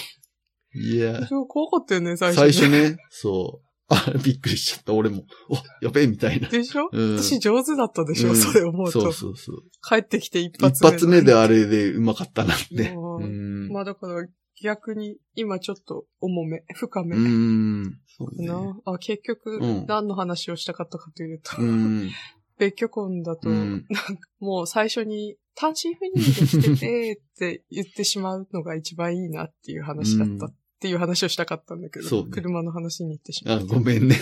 Speaker 1: いや、
Speaker 2: 超怖かったよね、最
Speaker 1: 最
Speaker 2: 初。
Speaker 1: 初ね、そう。あ、びっくりしちゃった、俺も。お、やべえ、みたいな。
Speaker 2: でしょ、
Speaker 1: うん。
Speaker 2: 私上手だったでしょ、
Speaker 1: うん
Speaker 2: それ思うと。
Speaker 1: そうそうそう。
Speaker 2: 帰ってきて一発
Speaker 1: 一
Speaker 2: 目。
Speaker 1: 発目であれでうまかったなって。
Speaker 2: も
Speaker 1: う。
Speaker 2: うんまあだから逆に今ちょっと重め、深め。
Speaker 1: うん。そうね。
Speaker 2: なあ結局
Speaker 1: うん、
Speaker 2: 何の話をしたかったかというと、
Speaker 1: うん。
Speaker 2: 別居婚だと、
Speaker 1: うん。
Speaker 2: もう最初に単身赴任で 来ててって言ってしまうのが一番いいなっていう話だったっていう話をしたかったんだけ
Speaker 1: そ
Speaker 2: ど、
Speaker 1: うね
Speaker 2: 車の話に行ってしま
Speaker 1: あ、
Speaker 2: った。
Speaker 1: ごめんね。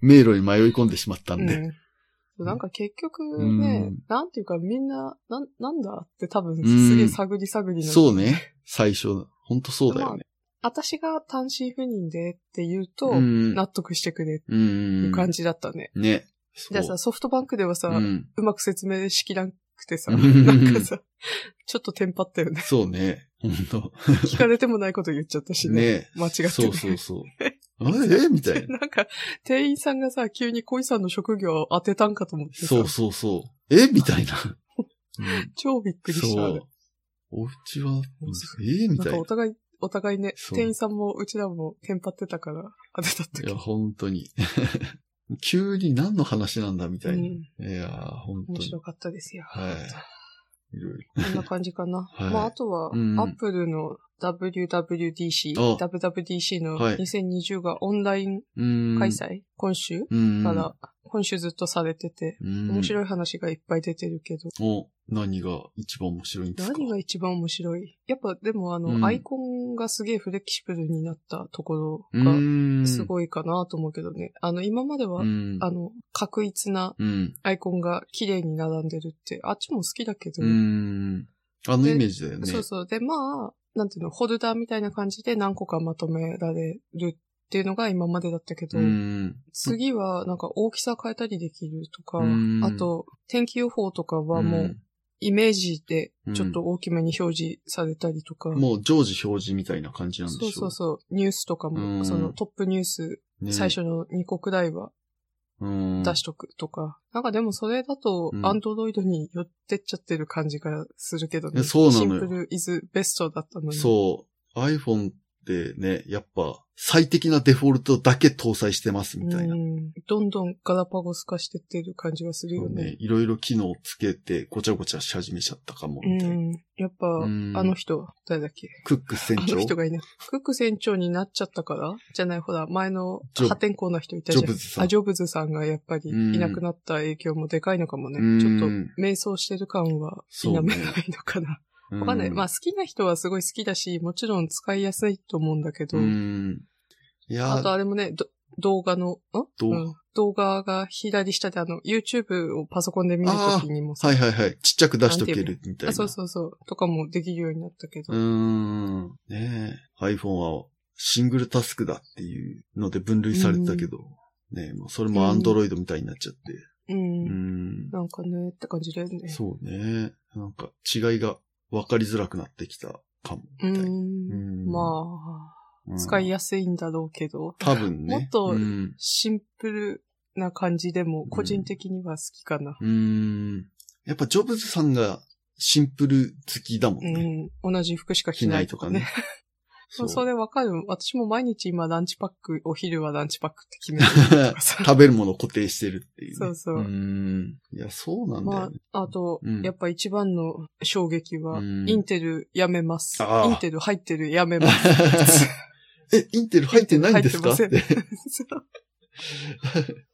Speaker 1: 迷路に迷い込んでしまったんで。
Speaker 2: うん。なんか結局ね、
Speaker 1: うん
Speaker 2: なんていうかみんな、なん、なんだって多分
Speaker 1: ん
Speaker 2: すげえ探り探りな、
Speaker 1: そうね。最初、ほんとそうだよね。
Speaker 2: 私が単身赴任でって言うと、
Speaker 1: うん。
Speaker 2: 納得してくれっ
Speaker 1: うん
Speaker 2: ていう感じだったね。
Speaker 1: ね。
Speaker 2: じゃあさ、ソフトバンクではさ、
Speaker 1: そうううん。
Speaker 2: まく説明しきらんくてさ、
Speaker 1: うん
Speaker 2: なんかさ、ちょっとテンパったよ ね。
Speaker 1: そうね。ほん と。
Speaker 2: 聞かれてもないこと言っちゃったしね。
Speaker 1: ね。
Speaker 2: 間違ってね
Speaker 1: そうそうそう。あれえみたいな。
Speaker 2: なんか、店員さんがさ、急に恋さんの職業を当てたんかと思ってさ、
Speaker 1: そうそうそう。えみたいな。 うん
Speaker 2: 超びっくりした。
Speaker 1: そう。お家は、えみ
Speaker 2: なん
Speaker 1: たい
Speaker 2: か
Speaker 1: な
Speaker 2: お。互い、お互いね、
Speaker 1: そう
Speaker 2: 店員さんもうちらもテンパってたから、当てたって
Speaker 1: いや、本当に。 急に何の話なんだみたいな。
Speaker 2: うん
Speaker 1: いやー、本当
Speaker 2: 面
Speaker 1: に
Speaker 2: 白。かったですよ。
Speaker 1: はい。いろい
Speaker 2: こんな感じかな。
Speaker 1: はい
Speaker 2: まあ、あとは、
Speaker 1: うん
Speaker 2: アップルの WWDC、
Speaker 1: あ
Speaker 2: WWDC の
Speaker 1: はい
Speaker 2: 2020がオンライ
Speaker 1: ろ。
Speaker 2: ン
Speaker 1: うん。
Speaker 2: 開催、今週
Speaker 1: うん。
Speaker 2: から、今週ずっとされてて、
Speaker 1: うん、
Speaker 2: 面
Speaker 1: い。
Speaker 2: 白い話がいっぱい出てるけど、
Speaker 1: お、何が一番面白いんですか
Speaker 2: 何が一番面白いやっぱでもあの、
Speaker 1: うん
Speaker 2: アイコンがすげえフレキシブルになったところが、
Speaker 1: が
Speaker 2: す
Speaker 1: い。
Speaker 2: ごいかなと思うけどね。あの、今までは、
Speaker 1: うん。
Speaker 2: あの、確一な
Speaker 1: うん。
Speaker 2: アイコンが綺麗に並んでるって、あっちも好きだけど、
Speaker 1: うん。あのイメージだよね。
Speaker 2: そうそう。で、まあ、なんていうの、ホルダーみたいな感じで何個かまとめられるっていうのが今までだったけど、
Speaker 1: うん。
Speaker 2: 次はなんか大きさ変えたりできるとか、
Speaker 1: うん
Speaker 2: あと、天気予報とかはもう、イメージでちょっと大きめに表示されたりとか、
Speaker 1: うん、もう常時表示みたいな感じなんでし
Speaker 2: そ
Speaker 1: ょ
Speaker 2: うそうそう、ニュースとかも、
Speaker 1: うん
Speaker 2: そのトップニュース、
Speaker 1: ね
Speaker 2: 最初の2個くらいは
Speaker 1: うん
Speaker 2: 出しとくとか、なんかでもそれだと
Speaker 1: う、ん
Speaker 2: アンドロイドに寄ってっちゃってる感じがするけどね。
Speaker 1: えそうなの
Speaker 2: シ
Speaker 1: よ
Speaker 2: ンプルイズベストだったのに。
Speaker 1: そう。iPhone ってね、やっぱ最適なデフォルトだけ搭載してますみたいな。
Speaker 2: うんどんどんガラパゴス化してってる感じはするよ
Speaker 1: ね
Speaker 2: ね。、
Speaker 1: いろいろ機能つけてごちゃごちゃし始めちゃったかも、みたいな。
Speaker 2: うん、やっぱ、
Speaker 1: うん
Speaker 2: あの人、誰だっけ
Speaker 1: クック船
Speaker 2: あ
Speaker 1: 長
Speaker 2: の
Speaker 1: ジ
Speaker 2: 人がいない。クック船長になっちゃったからじゃない、ほら、前の
Speaker 1: ジョブ
Speaker 2: 破天荒な人いたじゃ
Speaker 1: ョブ
Speaker 2: ん。
Speaker 1: ズさん。
Speaker 2: あ、ジョブズさんがやっぱり
Speaker 1: うん
Speaker 2: いなくなった影響もでかいのかもね。
Speaker 1: うん
Speaker 2: ちょっと、迷走してる感は否めないのかな。
Speaker 1: う
Speaker 2: わかんない。まあ
Speaker 1: あ、
Speaker 2: 好きな人はすごい好きだし、もちろん使いやすいと思うんだけど、
Speaker 1: うん。いや
Speaker 2: あと
Speaker 1: ー、
Speaker 2: あれもね、ど動画の、ん
Speaker 1: 動画
Speaker 2: うん動画が左下であの、YouTube をパソコンで見るときにもさ、
Speaker 1: はいはいはい。ちっちゃく出しとけるみたいな。
Speaker 2: あそうそうそう、とかもできるようになったけど、
Speaker 1: うーん。ねえ。iPhone はシングルタスクだっていうので分類されてたけど、ねえ、もうそれも Android みたいになっちゃって。う
Speaker 2: う、
Speaker 1: んん。
Speaker 2: なんかね、って感じだよね。
Speaker 1: そうね。なんか違いが分かりづらくなってきたかも。
Speaker 2: う
Speaker 1: みたいな。
Speaker 2: ん、
Speaker 1: うん
Speaker 2: ま
Speaker 1: う
Speaker 2: あ、
Speaker 1: ん
Speaker 2: 使いやすいんだろうけど、
Speaker 1: 多分ね。
Speaker 2: もっと
Speaker 1: うん。
Speaker 2: シンプルな感じでも、個人的には好きかな。
Speaker 1: うんやっぱジョブズさんがシンプル好きだもん
Speaker 2: うん、
Speaker 1: ね。
Speaker 2: 同じ服しか
Speaker 1: 着
Speaker 2: 着
Speaker 1: な
Speaker 2: ないい
Speaker 1: と
Speaker 2: と
Speaker 1: か
Speaker 2: か
Speaker 1: ね
Speaker 2: ね。。
Speaker 1: そ
Speaker 2: そううそれわかる。私も毎日今ランチパック、お昼はランチパックって決めてるとかさ。
Speaker 1: 食べるもの固定してるっていう、ね。
Speaker 2: そうそう
Speaker 1: うん。いや、そうなんだよ
Speaker 2: ま
Speaker 1: ね。
Speaker 2: あ、あと、
Speaker 1: うん
Speaker 2: やっぱ一番の衝撃は、
Speaker 1: うん
Speaker 2: インテルやめます。
Speaker 1: ああ
Speaker 2: インテル入ってるやめます。
Speaker 1: え、インテル入って ないんですか
Speaker 2: 入
Speaker 1: っ
Speaker 2: ってま
Speaker 1: て。
Speaker 2: せんそう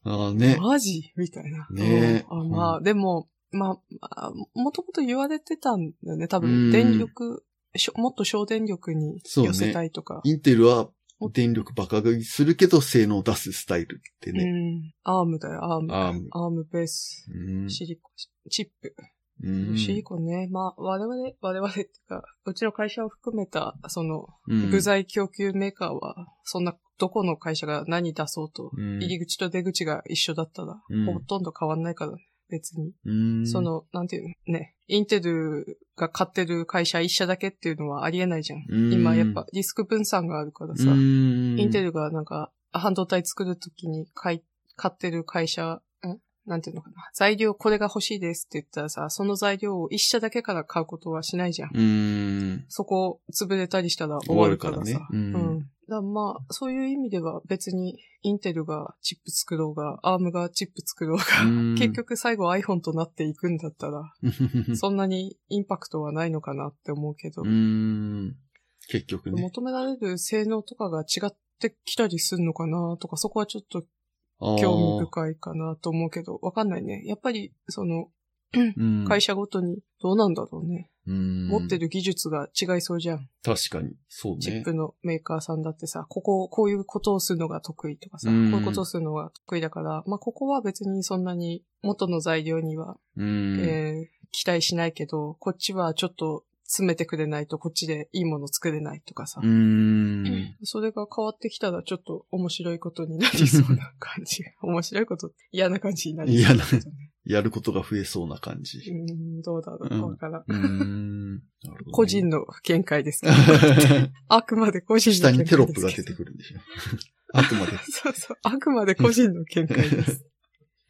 Speaker 1: ああね。
Speaker 2: マジみたいな。
Speaker 1: ねえ
Speaker 2: うんあまあ、でも、まあ、あもともと言われてたんだよね。多
Speaker 1: うん
Speaker 2: 分、電力、しょもっと省電力に寄せたいとか。
Speaker 1: インテルは電力バカ食いするけど性能出すスタイルって
Speaker 2: う
Speaker 1: ね。
Speaker 2: ん。アームだよ、アーム。
Speaker 1: アーム
Speaker 2: アームベース。
Speaker 1: うん。
Speaker 2: シリコン、チップ。
Speaker 1: うん
Speaker 2: シリコンね。まあ、我々、我々っていうか、うちの会社を含めた、その、
Speaker 1: うん
Speaker 2: 部材供給メーカーは、そんな、どこの会社が何出そうと、
Speaker 1: うん
Speaker 2: 入り口と出口が一緒だったら
Speaker 1: うん、
Speaker 2: ほとんど変わんないからね、別に。
Speaker 1: うん
Speaker 2: そ、の、なんていうのね、インテルが買ってる会社一社だけっていうのはありえないじゃん。
Speaker 1: うん
Speaker 2: 今やっぱリスク分散があるからさ、イ
Speaker 1: イ
Speaker 2: ンテルがなんか、半導体作るときに買い、買ってる会社、んなんていうのかな、材料これが欲しいですって言ったらさ、その材料を一社だけから買うことはしないじゃん。
Speaker 1: うーん。
Speaker 2: そこ潰れたりしたら終
Speaker 1: 終
Speaker 2: わ
Speaker 1: わ
Speaker 2: る
Speaker 1: る
Speaker 2: か
Speaker 1: からら
Speaker 2: さ。
Speaker 1: ね。うん
Speaker 2: うん。だからまあ、そういう意味では別に、インテルがチップ作ろうが、アームがチップ作ろうが、
Speaker 1: うん
Speaker 2: 結局最後 iPhone となっていくんだったら、そんなにインパクトはないのかなって思うけど、
Speaker 1: うーん。結局ね。
Speaker 2: 求められる性能とかが違ってきたりするのかなとか、そこはちょっと
Speaker 1: あー
Speaker 2: 興味深いかなと思うけど、わかんないね。やっぱり、その、
Speaker 1: うん
Speaker 2: 会社ごとにどうなんだろうね。持って
Speaker 1: る。
Speaker 2: る技術が違いそうじゃん。
Speaker 1: 確かに。そう
Speaker 2: チッ
Speaker 1: ね。
Speaker 2: プのメーカーさんだってさ、ここ、こういうことをするのが得意とかさ、
Speaker 1: うん
Speaker 2: こういうことをするのが得意だから、まあ、ここは別にそんなに元の材料には、
Speaker 1: うん。
Speaker 2: えー期待しないけど、こっちはちょっと詰めてくれないとこっちでいいもの作れないとかさ、
Speaker 1: うーん。
Speaker 2: それが変わってきたらちょっと面白いことになりそうな感じ。面白いこと、嫌な感じになりそうだけどね。
Speaker 1: やることが増えそうな感じ。
Speaker 2: うーん、どうだろう、わからん。
Speaker 1: うーん。なるほどね
Speaker 2: 個人の見解ですけど
Speaker 1: 下
Speaker 2: あくまで個人の見解ですけど。
Speaker 1: にテロップが出てくるんで しょ。あくまで。
Speaker 2: そうそう。あくまで個人の見解です。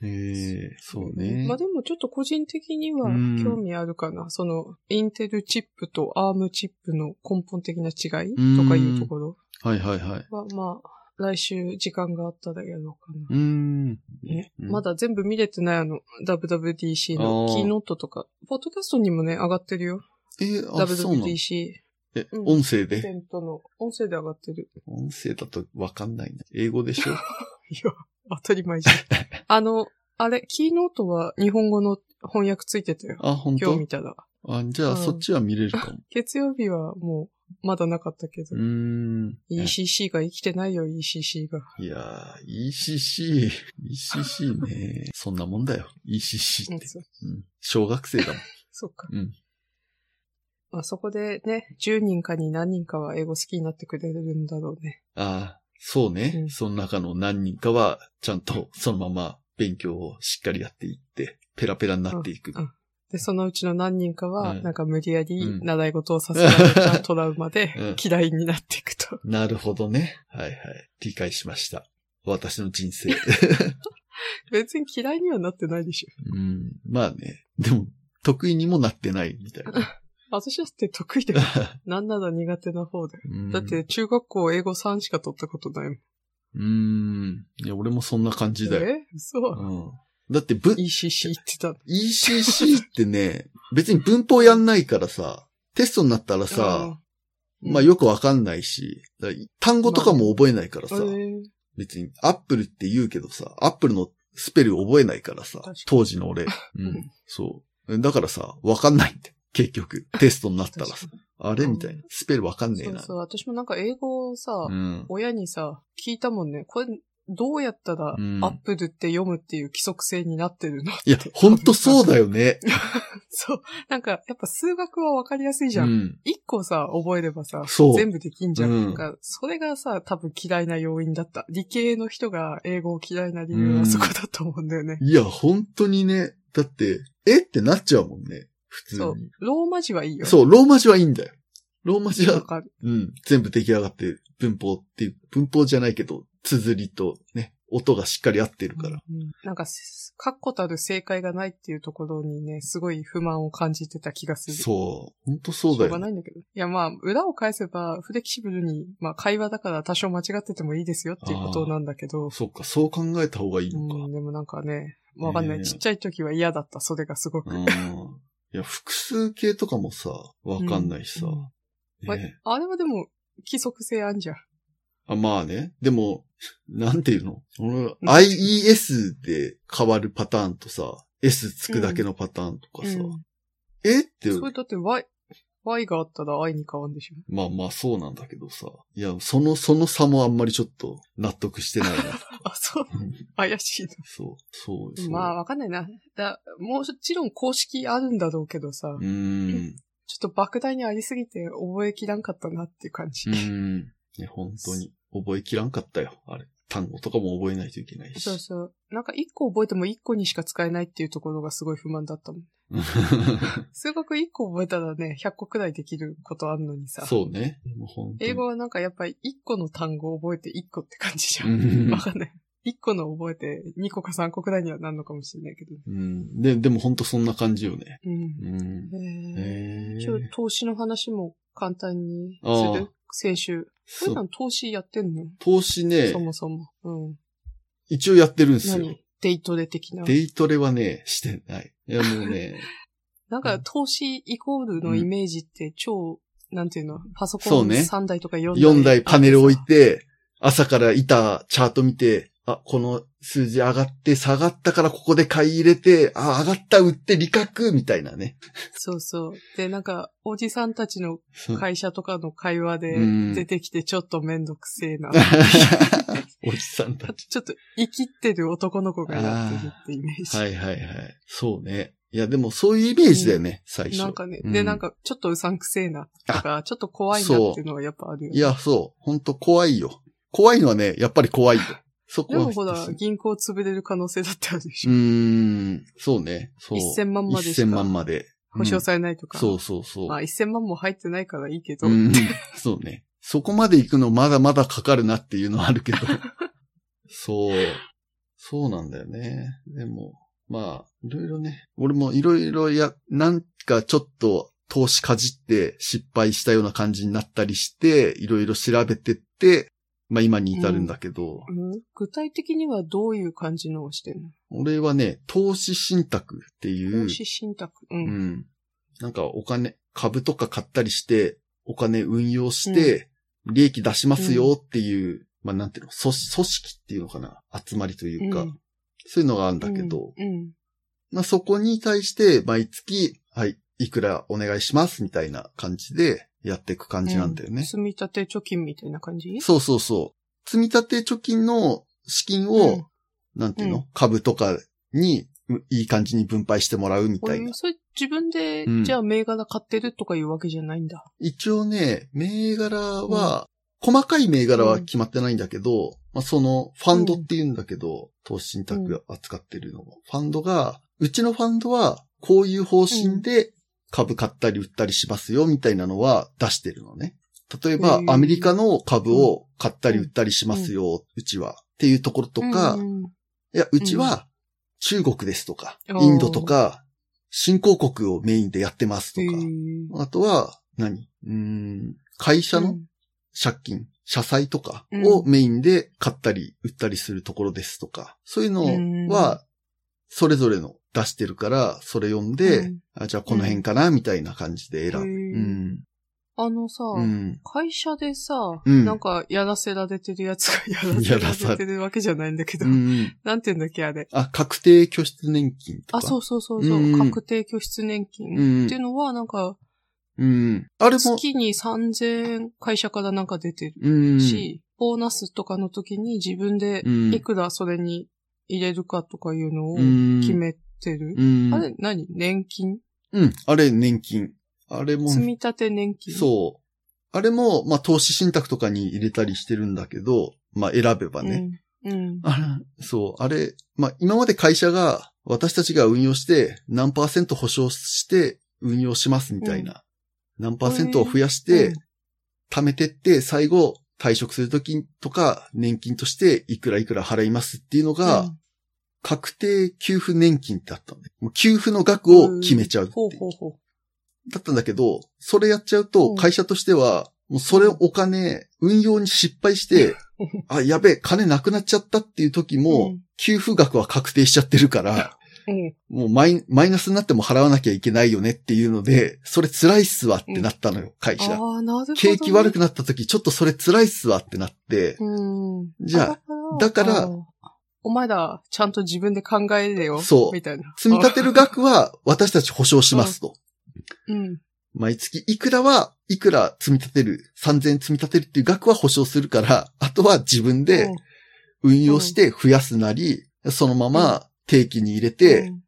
Speaker 1: ええそうね。
Speaker 2: まあでもちょっと個人的には
Speaker 1: うん
Speaker 2: 興味あるかな。その、インテルチップとアームチップの根本的な違い
Speaker 1: うん
Speaker 2: とかいうところ
Speaker 1: はいはいはい。
Speaker 2: は、まあ、来週時間があったらやろうかな。
Speaker 1: うーん。
Speaker 2: ね
Speaker 1: うん
Speaker 2: まだ全部見れてないあの、WWDC
Speaker 1: あ
Speaker 2: の
Speaker 1: ー
Speaker 2: キーノートとか、ポッドキャストにもね、上がってるよ。
Speaker 1: え、あ、そうなの
Speaker 2: WWDC
Speaker 1: え、
Speaker 2: うん
Speaker 1: 音声
Speaker 2: イ
Speaker 1: で
Speaker 2: ベントの音声で上がってる。
Speaker 1: 音声だとわかんないな。英語で しょ
Speaker 2: いや、当たり 前じゃん。あの、あれ、キーノートは日本語の翻訳ついてたよ。
Speaker 1: あ、本
Speaker 2: 今日
Speaker 1: 当
Speaker 2: 見たら。
Speaker 1: あ、じゃ
Speaker 2: うん
Speaker 1: あそっちは見れるかも。
Speaker 2: 月曜日はもう、まだなかったけど
Speaker 1: う。ーん。
Speaker 2: ECC が生きてないよ、ECC が。
Speaker 1: いやー、ECC、ECC ね。そんなもんだよ。ECC って。
Speaker 2: そ
Speaker 1: うん、小学生だもん。
Speaker 2: そっか。
Speaker 1: うん
Speaker 2: まあそこでね、10人かに何人かは英語好きになってくれるんだろうね。
Speaker 1: ああ、そうね。
Speaker 2: うん
Speaker 1: その中の何人かは、ちゃんとそのまま勉強をしっかりやっていって、ペラペラになっていく。
Speaker 2: うんで、そのうちの何人か
Speaker 1: う
Speaker 2: は、
Speaker 1: ん
Speaker 2: なんか無理やり
Speaker 1: うん
Speaker 2: 習い事をさせられたトラウマで
Speaker 1: うん
Speaker 2: 嫌いになっていくと。
Speaker 1: なるほどね。はいはい。理解しました。私の人 生。
Speaker 2: 別に嫌いにはなってないでしょ。
Speaker 1: うん、まあね。でも、得意にもなってないみたい な。
Speaker 2: 私だって得意で、なんなら苦手な方だよ。
Speaker 1: うん
Speaker 2: だっ、て中学校英語3しか取ったことないもん。
Speaker 1: うん。いや、俺もそんな感じだよ。
Speaker 2: えそう。
Speaker 1: うん、だって、ぶ、
Speaker 2: ECC って言った
Speaker 1: ECC ってね、 別に文法やんないからさ、テストになったらさ、
Speaker 2: うん
Speaker 1: まあよくわかんないし、だから単語とかも覚えないからさ、
Speaker 2: あれ
Speaker 1: 別にアップルって言うけどさ、アップルのスペル覚えないからさ
Speaker 2: 確かに、
Speaker 1: 当時 の俺。う
Speaker 2: うん
Speaker 1: ん、そう。だからさ、わかんないんだよ結局、テストになったらさ、あれみたいな、スペルわかんねえ
Speaker 2: そう
Speaker 1: な。
Speaker 2: そう、私もなんか英語をさ、
Speaker 1: うん。
Speaker 2: 親にさ、聞いたもんね。これ、どうやったら、ア
Speaker 1: うん
Speaker 2: ップルって読むっていう規則性になってるの って。
Speaker 1: いや、ほんとそうだ
Speaker 2: よ。
Speaker 1: よね。
Speaker 2: そう。なんか、やっぱ数学はわかりやすいじゃ。
Speaker 1: うんん。
Speaker 2: 一、個さ、覚えればさ、
Speaker 1: そう
Speaker 2: 全部できんじゃん。
Speaker 1: うん
Speaker 2: なんか、それがさ、多分嫌いな要因だった。理系の人が英語を嫌いな理由
Speaker 1: う
Speaker 2: は
Speaker 1: ん
Speaker 2: そこだと思うんだよね。
Speaker 1: いや、本当にね、だって、えってなっちゃうもんね、普通
Speaker 2: そう
Speaker 1: に。。
Speaker 2: ローマ字はいいよ。
Speaker 1: そう、ローマ字はいいんだよ。ローマ字
Speaker 2: わ
Speaker 1: は、
Speaker 2: かる。
Speaker 1: うん、全部出来上がって、文法っていう、文法じゃないけど、綴りとね、音がしっかり合ってるから。
Speaker 2: うんなんか、確固たる正解がないっていうところにね、すごい不満を感じてた気がする。
Speaker 1: そう、ほんとそうだ
Speaker 2: しょうが
Speaker 1: よ、
Speaker 2: ないんだけど。いや、まあ、裏を返せば、フレキシブルに、まあ、会話だから多少間違っててもいいですよっていうことなんだけど、
Speaker 1: そっか、そう考えた方がいいうのか。
Speaker 2: ん、でもなんかね、わかんない。
Speaker 1: ねえ
Speaker 2: ちっちゃい時は嫌だった、それがすごく。
Speaker 1: うん。いや、複数形とかもさ、わかんないしさ。
Speaker 2: うん
Speaker 1: ね、
Speaker 2: あれはでも、規則性あんじゃん。
Speaker 1: あまあね。でも、なんていうの俺
Speaker 2: ん
Speaker 1: ?IES で変わるパターンとさ、S つくだけのパターンとかさ、
Speaker 2: うん
Speaker 1: えって
Speaker 2: それだって Y、Y があったら I に変わるんでしょ
Speaker 1: まあまあそうなんだけどさ。いや、その、その差もあんまりちょっと納得して ないな。
Speaker 2: あ、そう。怪しいな。
Speaker 1: そう、そう、そう。
Speaker 2: まあ、わかんないな。だ、もちろん公式あるんだろうけどさ、
Speaker 1: うーん。
Speaker 2: ちょっと莫大にありすぎて覚えきらんかったなっていう感じ。
Speaker 1: うーん。ね、本当に。覚えきらんかったよ。あれ。単語とかも覚えないといけないし。
Speaker 2: そうそう。なんか一個覚えても一個にしか使えないっていうところがすごい不満だったもん。数学一個覚えたらね、100個くらいできることあるのに さ。
Speaker 1: そうね。もう本当に
Speaker 2: 英語はなんかやっぱり一個の単語を覚えて一個って感じじゃ
Speaker 1: うん
Speaker 2: ん。わかんない。一個の覚えて、二個か三個くらいにはなるのかもしれないけど。
Speaker 1: うん。で、でもほんとそんな感じよね。
Speaker 2: うん。
Speaker 1: うん。
Speaker 2: え
Speaker 1: へ
Speaker 2: ー、
Speaker 1: え
Speaker 2: 今日投資の話も簡単にす
Speaker 1: あー
Speaker 2: る先週。普
Speaker 1: そう
Speaker 2: 段投資やってんの
Speaker 1: 投資ね
Speaker 2: そ、もそも。うん。
Speaker 1: 一応やってるんですよ
Speaker 2: 何。デイトレ的な。
Speaker 1: デイトレはね、してない。いやもう ね、
Speaker 2: なんか投資イコールのイメージって超、なんていうのパソ
Speaker 1: そ
Speaker 2: コ
Speaker 1: う
Speaker 2: ン
Speaker 1: ね
Speaker 2: 3台とか4台。
Speaker 1: 4台パネル置い
Speaker 2: て。
Speaker 1: て、朝からいたチャート見て、あ、この数字上がって、下がったからここで買い入れて、あ、上がった、売って、利確、みたいなね。
Speaker 2: そうそう。で、なんか、おじさんたちの
Speaker 1: そう
Speaker 2: 会社とかの会話で
Speaker 1: うん
Speaker 2: 出てきてちょっとめんどくせえな。
Speaker 1: おじさんたち。
Speaker 2: ちょっと生きってる男の子がやってるってイメージ。
Speaker 1: はいはいはい。そうね。いや、でもそういうイメージだよね、最初。
Speaker 2: なんかね、
Speaker 1: う
Speaker 2: で、なん、か、ちょっとうさんくせえな、とか、ちょっと怖いなっていうのはやっぱあるよ
Speaker 1: い
Speaker 2: ね。
Speaker 1: や、そう。ほんと怖いよ。怖いのはね、やっぱり怖いよ。そこ
Speaker 2: で
Speaker 1: は。
Speaker 2: もほら、銀行潰れる可能性だってあるでし
Speaker 1: う
Speaker 2: ょ。
Speaker 1: ーん。そうね。そう。
Speaker 2: 1000万までし
Speaker 1: 1000万
Speaker 2: か
Speaker 1: まで。
Speaker 2: 保証されないとか。
Speaker 1: そうそうそう。
Speaker 2: まあ、1000万も入ってないからいいけど。
Speaker 1: うん。 そうね。そこまで行くのまだまだかかるなっていうのはある けど。そう。そうなんだよね。でも、まあ、いろいろね。俺もいろいろや、なんかちょっと投資かじって失敗したような感じになったりして、いろいろ調べてって、まあ今に至るんだけど、
Speaker 2: うん具体的にはどういう感じのをしてるの
Speaker 1: 俺はね、投資信託っていう。
Speaker 2: 投資信託。う。
Speaker 1: うんん。なんかお金、株とか買ったりして、お金運用して、利益出しますよっていう、まあなんていうの、組織組織っていうのかな、集まりというか、
Speaker 2: うん
Speaker 1: そういうのがあるんだけど、
Speaker 2: うん。
Speaker 1: まあそこに対して毎月、はい、いくらお願いしますみたいな感じでやっていく感じなんだよ
Speaker 2: うん
Speaker 1: ね。
Speaker 2: 積み立て貯金みたいな感じ
Speaker 1: そうそうそう。積み立て貯金の資金を、
Speaker 2: うん
Speaker 1: なんていう
Speaker 2: う
Speaker 1: の、株とかに、ういい感じに分配してもらうみたいな
Speaker 2: うん。それ自分で、
Speaker 1: うん
Speaker 2: じゃあ銘柄買ってるとかいうわけじゃないんだ。
Speaker 1: 一応ね、銘柄は、細かい銘柄は決まってないんだけど、まあ、その、ファンドって言うんだけど、投資信託が扱ってるのも。ファンドが、うちのファンドは、こういう方針で株買ったり売ったりしますよ、みたいなのは出してるのね。例えば
Speaker 2: へ、ー
Speaker 1: アメリカの株を買ったり売ったりしますよ、うちは。っていうところとか、
Speaker 2: うん
Speaker 1: いや、うちは、中国ですとか、
Speaker 2: おー
Speaker 1: インドとか、新興国をメインでやってますと
Speaker 2: へ
Speaker 1: か。
Speaker 2: ー
Speaker 1: あとは何、うーん、会社
Speaker 2: う
Speaker 1: の
Speaker 2: ん
Speaker 1: 借金、社債とか
Speaker 2: うん
Speaker 1: をメインで買ったり売ったりするところですとか、そういうのは、それぞれの出してるから、それ読んで、
Speaker 2: うん
Speaker 1: あ、じゃあこの辺かな、みたいな感じで選ぶ。
Speaker 2: へー
Speaker 1: うん。
Speaker 2: あのさ、
Speaker 1: うん。
Speaker 2: 会社でさ、
Speaker 1: うん
Speaker 2: なんかやらせられてるやつがやらせられてるわけじゃないんだけ ど、
Speaker 1: うん
Speaker 2: なんて言うんだっけ、あれ。
Speaker 1: あ、確定拠出年金とか。
Speaker 2: あ、そうそうそうそう、
Speaker 1: うん
Speaker 2: 確定拠出年金、
Speaker 1: うん
Speaker 2: っていうのは、なんか、
Speaker 1: うん。あれも、
Speaker 2: 月に3000円会社からなんか出てる
Speaker 1: うん。
Speaker 2: し、ボーナスとかの時に自分で
Speaker 1: うん
Speaker 2: いくらそれに入れるかとかいうのを
Speaker 1: うん
Speaker 2: 決めてる。
Speaker 1: うん。
Speaker 2: あれ何年金
Speaker 1: うん。あれ、年金。あれも、
Speaker 2: 積み立て年金う。
Speaker 1: そう。あれも、まあ、投資信託とかに入れたりしてるんだけど、まあ、選べばね。
Speaker 2: うん。うん。
Speaker 1: あれそう。あれ、まあ、今まで会社が、私たちが運用して、何パーセント保証して運用しますみたいな。何パーセントを増やして、
Speaker 2: うん
Speaker 1: 貯めてって、最後、退職するときとか、年金として、いくらいくら払いますっていうのが、確定給付年金ってあったんで、もう給付の額を決めちゃうっていう
Speaker 2: ほうほうほう。
Speaker 1: だったんだけど、それやっちゃうと
Speaker 2: うん
Speaker 1: 会社としては、もうそれをお金、運用に失敗して、 あ、やべえ、金なくなっちゃったっていう時
Speaker 2: う
Speaker 1: も
Speaker 2: ん、
Speaker 1: 給付額は確定しちゃってる から、
Speaker 2: うん。
Speaker 1: もうマイマイナスになっても払わなきゃいけないよねっていうので、それ辛いっすわってなったのよ、会社。
Speaker 2: ああ、なるほど、ね。
Speaker 1: 景気悪くなった時、ちょっとそれ辛いっすわってなって、
Speaker 2: うん。
Speaker 1: じゃ
Speaker 2: あ
Speaker 1: だから、
Speaker 2: あお前ら、ちゃんと自分で考えれよ。
Speaker 1: そう
Speaker 2: みたいな。
Speaker 1: 積み立てる額 は私たち保証しますと。
Speaker 2: うん。
Speaker 1: 毎月いくらは、いくら積み立てる、3000積み立てるっていう額は保証するから、あとは自分で、
Speaker 2: うん、
Speaker 1: 運用して増やすなり、そのまま定期に入れ
Speaker 2: う
Speaker 1: て
Speaker 2: ん、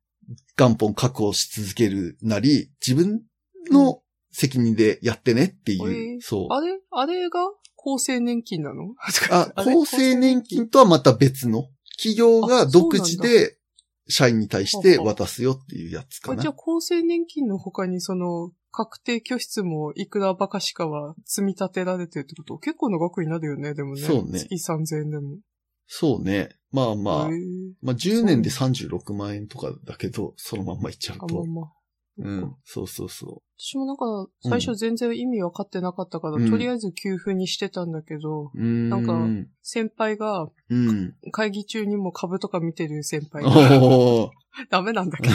Speaker 1: 元本確保し続けるなり、自分の責任でやってねっていう。
Speaker 2: えー
Speaker 1: そう。
Speaker 2: あれあれが、厚生年金なの
Speaker 1: あ、厚生年金とはまた別の。企業が独自
Speaker 2: あ
Speaker 1: で社員に対して渡すよっていうやつか
Speaker 2: あじゃあ、
Speaker 1: な。
Speaker 2: 厚生年金の他に、その、確定拠出もいくらばかしかは積み立てられてるってこと結構の額になるよね、でもね。
Speaker 1: そうね
Speaker 2: 月3000円でも。
Speaker 1: そうね。まあまあ
Speaker 2: へえ、
Speaker 1: まあ10年で36万円とかだけど、そのまんまいっちゃう
Speaker 2: あ、まあ
Speaker 1: と。
Speaker 2: まあ。
Speaker 1: うん。そうそうそ
Speaker 2: 私もなんか、最初全然意味分かってなかったから、
Speaker 1: うん
Speaker 2: とりあえず給付にしてたんだけ
Speaker 1: う。
Speaker 2: ど、
Speaker 1: うーん。
Speaker 2: なんか先輩が、
Speaker 1: うん。
Speaker 2: 会議中にも株とか見てる先輩が、
Speaker 1: おー
Speaker 2: ダメなんだけど、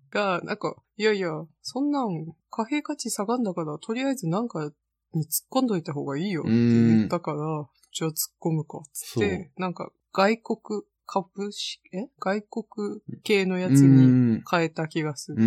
Speaker 2: が、なんか、いやいや、そんなん、貨幣価値下がんだから、とりあえずなんかに突っ込んどいた方がいいよって言ったから、じゃあ突っ込むか、つっ
Speaker 1: そう
Speaker 2: て、なんか、外国株式、え外国系のや
Speaker 1: う
Speaker 2: つに
Speaker 1: ん。
Speaker 2: 変えた気がす
Speaker 1: う
Speaker 2: る。
Speaker 1: ー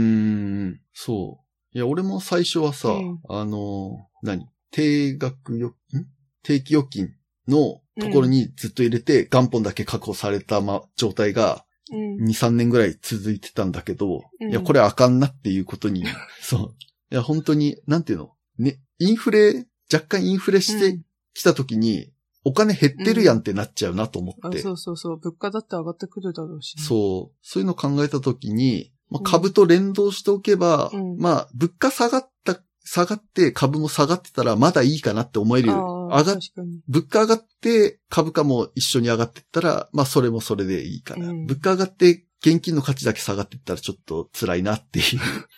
Speaker 1: ん。そう。いや、俺も最初はさ、
Speaker 2: うん
Speaker 1: あの、何定額預金ん定期預金のところにずっと入れて、元本だけ確保された、ま、状態が
Speaker 2: うん。
Speaker 1: 2、3年ぐらい続いてたんだけど、
Speaker 2: うん
Speaker 1: いや、これあかんなっていうこと に、そう。いや、本当に、なんていうのね、インフレ、若干インフレしてきた時に、お金減ってるやんってなっちゃうなと思
Speaker 2: あ
Speaker 1: って。
Speaker 2: そうそうそう。物価だって上がってくるだろうしね、
Speaker 1: そう。そういうのを考えたときに、まあ
Speaker 2: うん
Speaker 1: 株と連動しておけば、
Speaker 2: うん
Speaker 1: まあ、物価下がった、下がって株も下がってたらまだいいかなって思える。
Speaker 2: あ
Speaker 1: 上
Speaker 2: あ、
Speaker 1: がっ
Speaker 2: 確、かに。
Speaker 1: 物価上がって株価も一緒に上がってったら、まあそれもそれでいいかな。
Speaker 2: うん
Speaker 1: 物価上がって現金の価値だけ下がってったらちょっと辛いなっていう。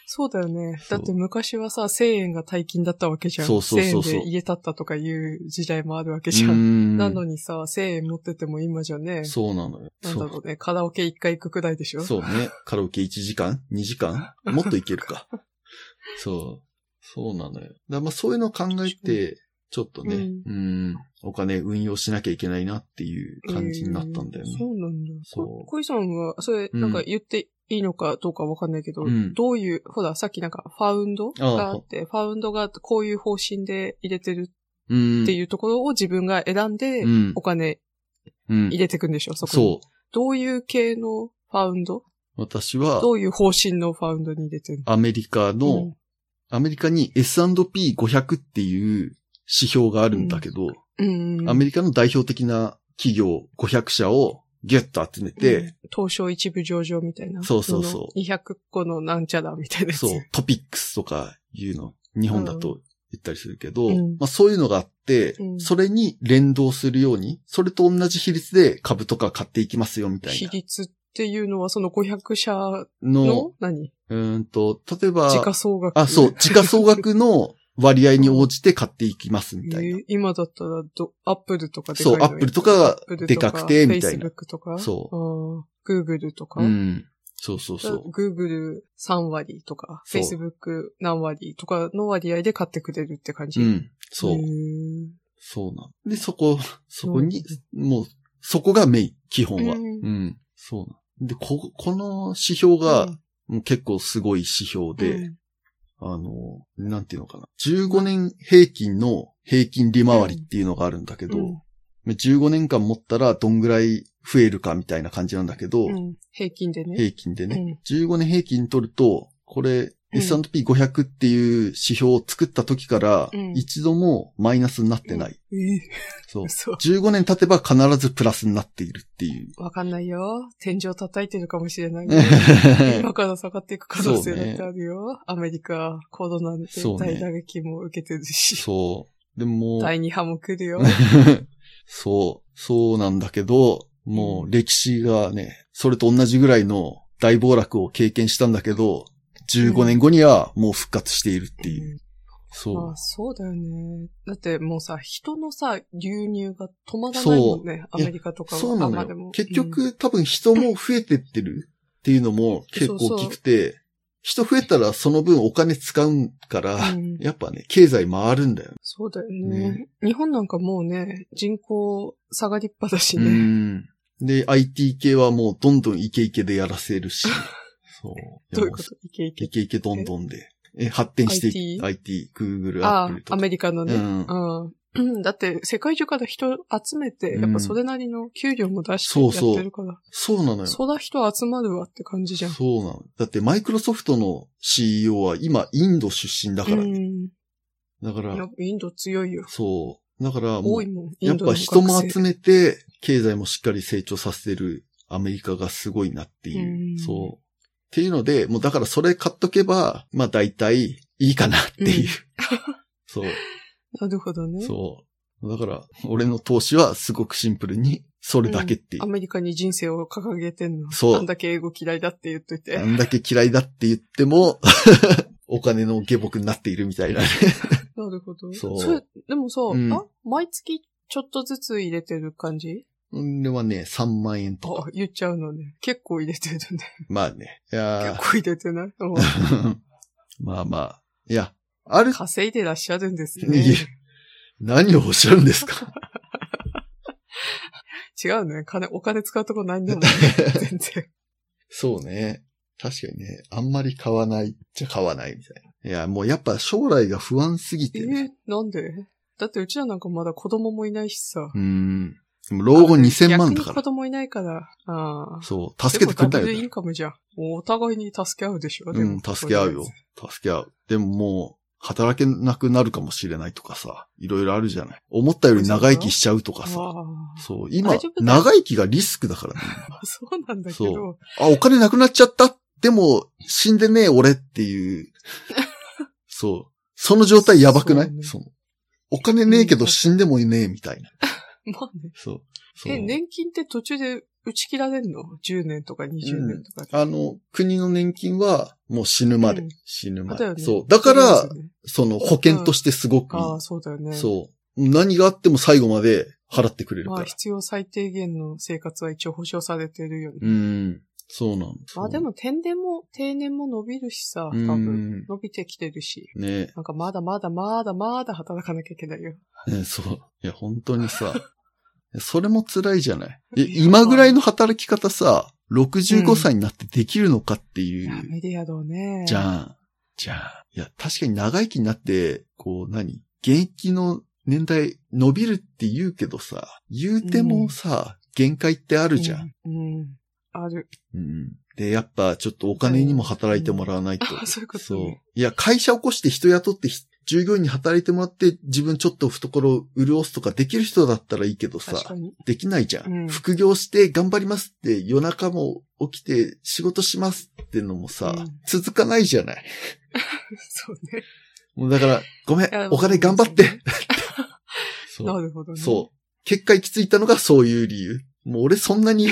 Speaker 2: そうだよね。
Speaker 1: そ
Speaker 2: だ
Speaker 1: う
Speaker 2: って昔はさ、1000円が大金だったわけじゃん。
Speaker 1: そうそうそうそう
Speaker 2: 1000円で家建ったとかいう時代もあるわけじゃん。
Speaker 1: ん
Speaker 2: なのにさ、1000円持ってても今じゃね、
Speaker 1: そうなのよ。
Speaker 2: なんだ
Speaker 1: そ
Speaker 2: ろうね、カラオケ1回行くくらいでしょ
Speaker 1: うそうね。カラオケ1時間 ?2 時間もっといける か。そう。そうなのよ。だからまあそういうのを考えて、ちょっとね、うん、お金運用しなきゃいけないなっていう感じになったんだよね。
Speaker 2: えーそうなんだ。
Speaker 1: そう
Speaker 2: こ小井さんは、それ、
Speaker 1: うん
Speaker 2: なんか言っていいのかどうかわかんないけど、
Speaker 1: うん
Speaker 2: どういう、ほら、さっきなんか、ファウンド
Speaker 1: ああ
Speaker 2: があって、ファウンドがこういう方針で入れてる
Speaker 1: うん
Speaker 2: っていうところを自分が選んで
Speaker 1: う、ん
Speaker 2: お金
Speaker 1: うん
Speaker 2: 入れていくんでしょ、そこに。
Speaker 1: そう。
Speaker 2: どういう系のファウンド
Speaker 1: 私は、
Speaker 2: どういう方針のファウンドに入れてる
Speaker 1: アメリカの、
Speaker 2: の
Speaker 1: アメリカに S&P500 っていう指標があるんだけど、
Speaker 2: うん。うん
Speaker 1: アメリカの代表的な企業500社をギュッと集めて、
Speaker 2: うん、東証一部上場みたいな。。
Speaker 1: そうそうそう
Speaker 2: 200個のなんちゃらみたいなやつ。
Speaker 1: そう、トピックスとかいうの、日本だと言ったりするけど、
Speaker 2: うん
Speaker 1: まあそういうのがあって、
Speaker 2: うん
Speaker 1: それに連動するように、それと同じ比率で株とか買っていきますよみたい
Speaker 2: 比
Speaker 1: な
Speaker 2: 率っていうのは、その500社
Speaker 1: の、
Speaker 2: の、何
Speaker 1: うーんと、例えば、
Speaker 2: 時価総額。
Speaker 1: あ、そう、時価総額の割合に応じて買っていきますみたいな。
Speaker 2: えー今だったらど、アップルとかでかい
Speaker 1: そう、アップルとかがでかくて、みたい
Speaker 2: フェイスブ
Speaker 1: な
Speaker 2: ッ。クとか、。
Speaker 1: そう
Speaker 2: グーグルとか、
Speaker 1: うん。そうそうそう。
Speaker 2: グーグル3割とか、フ
Speaker 1: そう
Speaker 2: ェイスブック何割とかの割合で買ってくれるって感じ。
Speaker 1: うん。そう。
Speaker 2: へー
Speaker 1: そうなん。で、そこ、そこに、もう、そこがメイン、基本は。
Speaker 2: う
Speaker 1: うんん。そうなん。で、こ、この指標が、もう結構すごい指標で、
Speaker 2: うん
Speaker 1: あの、なんていうのかな。15年平均の平均利回りっていうのがあるんだけど、
Speaker 2: うん
Speaker 1: 15年間持ったらどんぐらい増えるかみたいな感じなんだけど、
Speaker 2: うん平均でね。
Speaker 1: 平均で
Speaker 2: う
Speaker 1: ね。
Speaker 2: ん
Speaker 1: 15年平均取ると、これ、
Speaker 2: うん
Speaker 1: S&P500 っていう指標を作った時から
Speaker 2: うん、
Speaker 1: 一度もマイナスになってない。
Speaker 2: え
Speaker 1: そう
Speaker 2: ー。そう。
Speaker 1: 15年経てば必ずプラスになっているっていう。
Speaker 2: わかんないよ。天井叩いてるかもしれ ないけど。今から下がっていく可能性だってあるよ。アメリカ、コロナで
Speaker 1: そうね
Speaker 2: 大打撃も受けてるし、
Speaker 1: そう。でも、
Speaker 2: 第2波も来るよ。
Speaker 1: そう、そうなんだけど、もう歴史がね、それと同じぐらいの大暴落を経験したんだけど、15年後にはもう復活しているっていう。
Speaker 2: ま
Speaker 1: そ
Speaker 2: あ、そうだよね。だってもうさ、人のさ、流入が止まらないもんね。ア
Speaker 1: ういや
Speaker 2: メリカと
Speaker 1: う。
Speaker 2: かは。
Speaker 1: そうな
Speaker 2: あまあ
Speaker 1: の
Speaker 2: でも
Speaker 1: よ。結、局、多分人も増えてってるっていうのも結構大きくて、人増えたらその分お金使うから、
Speaker 2: うん
Speaker 1: やっぱね、経済回るんだよね。
Speaker 2: そうだよね。日本なんかもうね、人口下がりっぱだし
Speaker 1: う
Speaker 2: ね。
Speaker 1: ん。で、IT 系はもうどんどんイケイケでやらせる し。そう。
Speaker 2: どういうこといけい
Speaker 1: イ
Speaker 2: け。
Speaker 1: ケイケどんどんで。え、発展して
Speaker 2: IT？
Speaker 1: い IT、Google、
Speaker 2: あ
Speaker 1: Apple
Speaker 2: あ、
Speaker 1: と
Speaker 2: ア
Speaker 1: か。
Speaker 2: メリカのね。
Speaker 1: うん
Speaker 2: うんうんだって、世界中から人集めて、やっぱそれなりの給料も出して
Speaker 1: そう
Speaker 2: や
Speaker 1: そう
Speaker 2: ってるから。
Speaker 1: そうなのよ。そ
Speaker 2: そら人集まるわって感じじゃん。
Speaker 1: うなの。だってマイクロソフトの CEO は今インド出身だから
Speaker 2: う
Speaker 1: ね。
Speaker 2: ん。
Speaker 1: だか
Speaker 2: や
Speaker 1: ら
Speaker 2: っぱ、インド強いよ。
Speaker 1: そう。だからも
Speaker 2: 多
Speaker 1: う
Speaker 2: い、もん。イ
Speaker 1: や
Speaker 2: ン
Speaker 1: っ
Speaker 2: ドの
Speaker 1: ぱ
Speaker 2: 学
Speaker 1: 人
Speaker 2: 生
Speaker 1: も集めて、経済もしっかり成長させてるアメリカがすごいなっていうう。
Speaker 2: ん
Speaker 1: そう。っていうので、もうだからそれ買っとけば、まあ大体いいかなっていう。
Speaker 2: うん
Speaker 1: そう。
Speaker 2: なるほどね。
Speaker 1: そう。だから、俺の投資はすごくシンプルに、それだけっていう。
Speaker 2: アメリカに人生を掲げてんの。
Speaker 1: そう
Speaker 2: あんだけ英語嫌いだって言っとい
Speaker 1: あ
Speaker 2: て。
Speaker 1: んだけ嫌いだって言っても、 お金の下僕になっているみたいなね。
Speaker 2: なるほど。
Speaker 1: そう
Speaker 2: れでもさ、
Speaker 1: うん
Speaker 2: あ毎月ちょっとずつ入れてる感じ
Speaker 1: これはね、3万円と
Speaker 2: あ
Speaker 1: か。、
Speaker 2: 言っちゃうのね。結構入れてるね。
Speaker 1: まあね。いやー
Speaker 2: 結構入れてない。うん
Speaker 1: まあまあ。いや、ある、
Speaker 2: 稼いでらっしゃるんです
Speaker 1: い
Speaker 2: ね
Speaker 1: え。何をおっしゃるんです か
Speaker 2: 違うね。金、お金使うとこないんだ もん、全然。
Speaker 1: そうね。確かにね、あんまり買わないじゃ買わないみたいな。いや、もうやっぱ将来が不安すぎ
Speaker 2: え
Speaker 1: てね。
Speaker 2: なんでだってうちらなんかまだ子供もいないしさ。
Speaker 1: うん。でも老後2000万だ
Speaker 2: 逆
Speaker 1: か
Speaker 2: に子
Speaker 1: ら。
Speaker 2: 供いないから。ああ。
Speaker 1: そう、助けてくれな
Speaker 2: でもダブル
Speaker 1: い
Speaker 2: イ
Speaker 1: よ
Speaker 2: ン。カムじゃん。もうお互いに助け合うでしょ。で
Speaker 1: う
Speaker 2: も
Speaker 1: ん、助け合うよ。助け合う。でももう、働けなくなるかもしれないとかさ、いろいろあるじゃない。思ったより長生きしちゃうとか
Speaker 2: あ
Speaker 1: さ。
Speaker 2: あ
Speaker 1: そう、今
Speaker 2: 大丈、夫だよ
Speaker 1: 長生きがリスクだからね。
Speaker 2: そうなんだけ
Speaker 1: そ
Speaker 2: ど。
Speaker 1: あ、お金なくなっちゃった。でも、死んでねえ俺って いう。そう。その状態やばくない
Speaker 2: そ
Speaker 1: そう
Speaker 2: ね、
Speaker 1: のお金ねえけど死んでもいねえみたいな。
Speaker 2: まあね。
Speaker 1: そう。そう
Speaker 2: え、年金って途中で打ち切られんの ?10 年とか20年とかで。
Speaker 1: あの、国の年金はもう死ぬまで。
Speaker 2: うん
Speaker 1: 死ぬま
Speaker 2: あだよ
Speaker 1: で。
Speaker 2: ね
Speaker 1: そう。だから
Speaker 2: そう、ですよね
Speaker 1: その保険としてすごくいい。
Speaker 2: ああ、そうだよね。
Speaker 1: そう。何があっても最後まで払ってくれるか
Speaker 2: まあ
Speaker 1: ら。
Speaker 2: 必要最低限の生活は一応保障されてるよね。
Speaker 1: うん。そうなん
Speaker 2: まあで、も天然も、定年も伸びるしさ、多
Speaker 1: そうう
Speaker 2: 分。
Speaker 1: ん。
Speaker 2: 伸びてきてるし。
Speaker 1: ね
Speaker 2: なんかまだまだまだまだ働かなきゃいけないよ。
Speaker 1: ねそう。いや、本当に さ、それも辛いじゃない。いや今ぐらいの働き方さ、65歳になってできるのかってい
Speaker 2: いや、
Speaker 1: う、
Speaker 2: メディアだね。
Speaker 1: じゃん。じゃん。いや、確かに長生きになって、こう、何現役の年代伸びるって言うけどさ、言うてもさ、限界ってあるじゃん。
Speaker 2: うん。うん。ある。
Speaker 1: うん。で、やっぱちょっとお金にも働いてもらわないと。
Speaker 2: あそういうことね
Speaker 1: そう。いや、会社起こして人雇ってひ従業員に働いてもらって自分ちょっと懐を潤すとかできる人だったらいいけど
Speaker 2: 確か
Speaker 1: さ、
Speaker 2: に。
Speaker 1: できないじゃん,、
Speaker 2: うん
Speaker 1: 副業して頑張りますって夜中も起きて仕事しますってのもさ、
Speaker 2: うん
Speaker 1: 続かないじゃない。
Speaker 2: そうね。
Speaker 1: もうだから、ごめ
Speaker 2: いや
Speaker 1: ん、お金頑張って。そう
Speaker 2: なるほどね。
Speaker 1: そう。結果行き着いたのがそういう理由。もう俺そんなに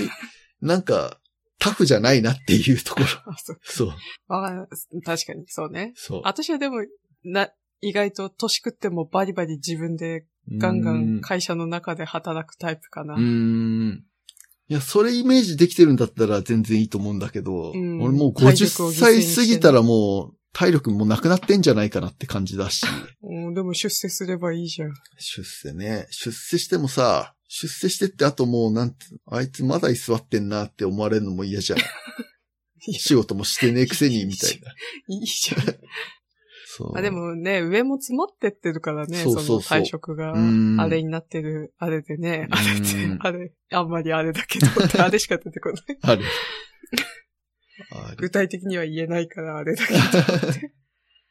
Speaker 1: なんかタフじゃないなっていうところ。
Speaker 2: あ、そう。
Speaker 1: そう。
Speaker 2: わかんない確かに、そうね。
Speaker 1: そう。
Speaker 2: 私はでも、な、意外と年食ってもバリバリ自分でガンガン会社の中で働くタイプかな。
Speaker 1: うーん。いや、それイメージできてるんだったら全然いいと思うんだけど、
Speaker 2: うん
Speaker 1: 俺もう
Speaker 2: 体力
Speaker 1: 50
Speaker 2: を犠牲
Speaker 1: 歳
Speaker 2: にしてね
Speaker 1: 過ぎたらもう体力もなくなってんじゃないかなって感じだし、
Speaker 2: うん、でも出世すればいいじゃん。
Speaker 1: 出世ね、出世してもさ、出世してってあともうなんて、あいつまだ居座ってんなって思われるのも嫌 じゃん。 仕事もしてねえくせに、みたいな。
Speaker 2: いいじゃん。
Speaker 1: そう。
Speaker 2: あで、もね、上も詰まってってるからね、
Speaker 1: そう
Speaker 2: そ
Speaker 1: そうそう
Speaker 2: の退職が
Speaker 1: うん、
Speaker 2: あれになってる、あれでね、あれ
Speaker 1: う
Speaker 2: で
Speaker 1: ん、
Speaker 2: あれ、あんまりあれだけど、あれしか出てこない。
Speaker 1: ある。ある
Speaker 2: 具体的には言えないから、あれだけど。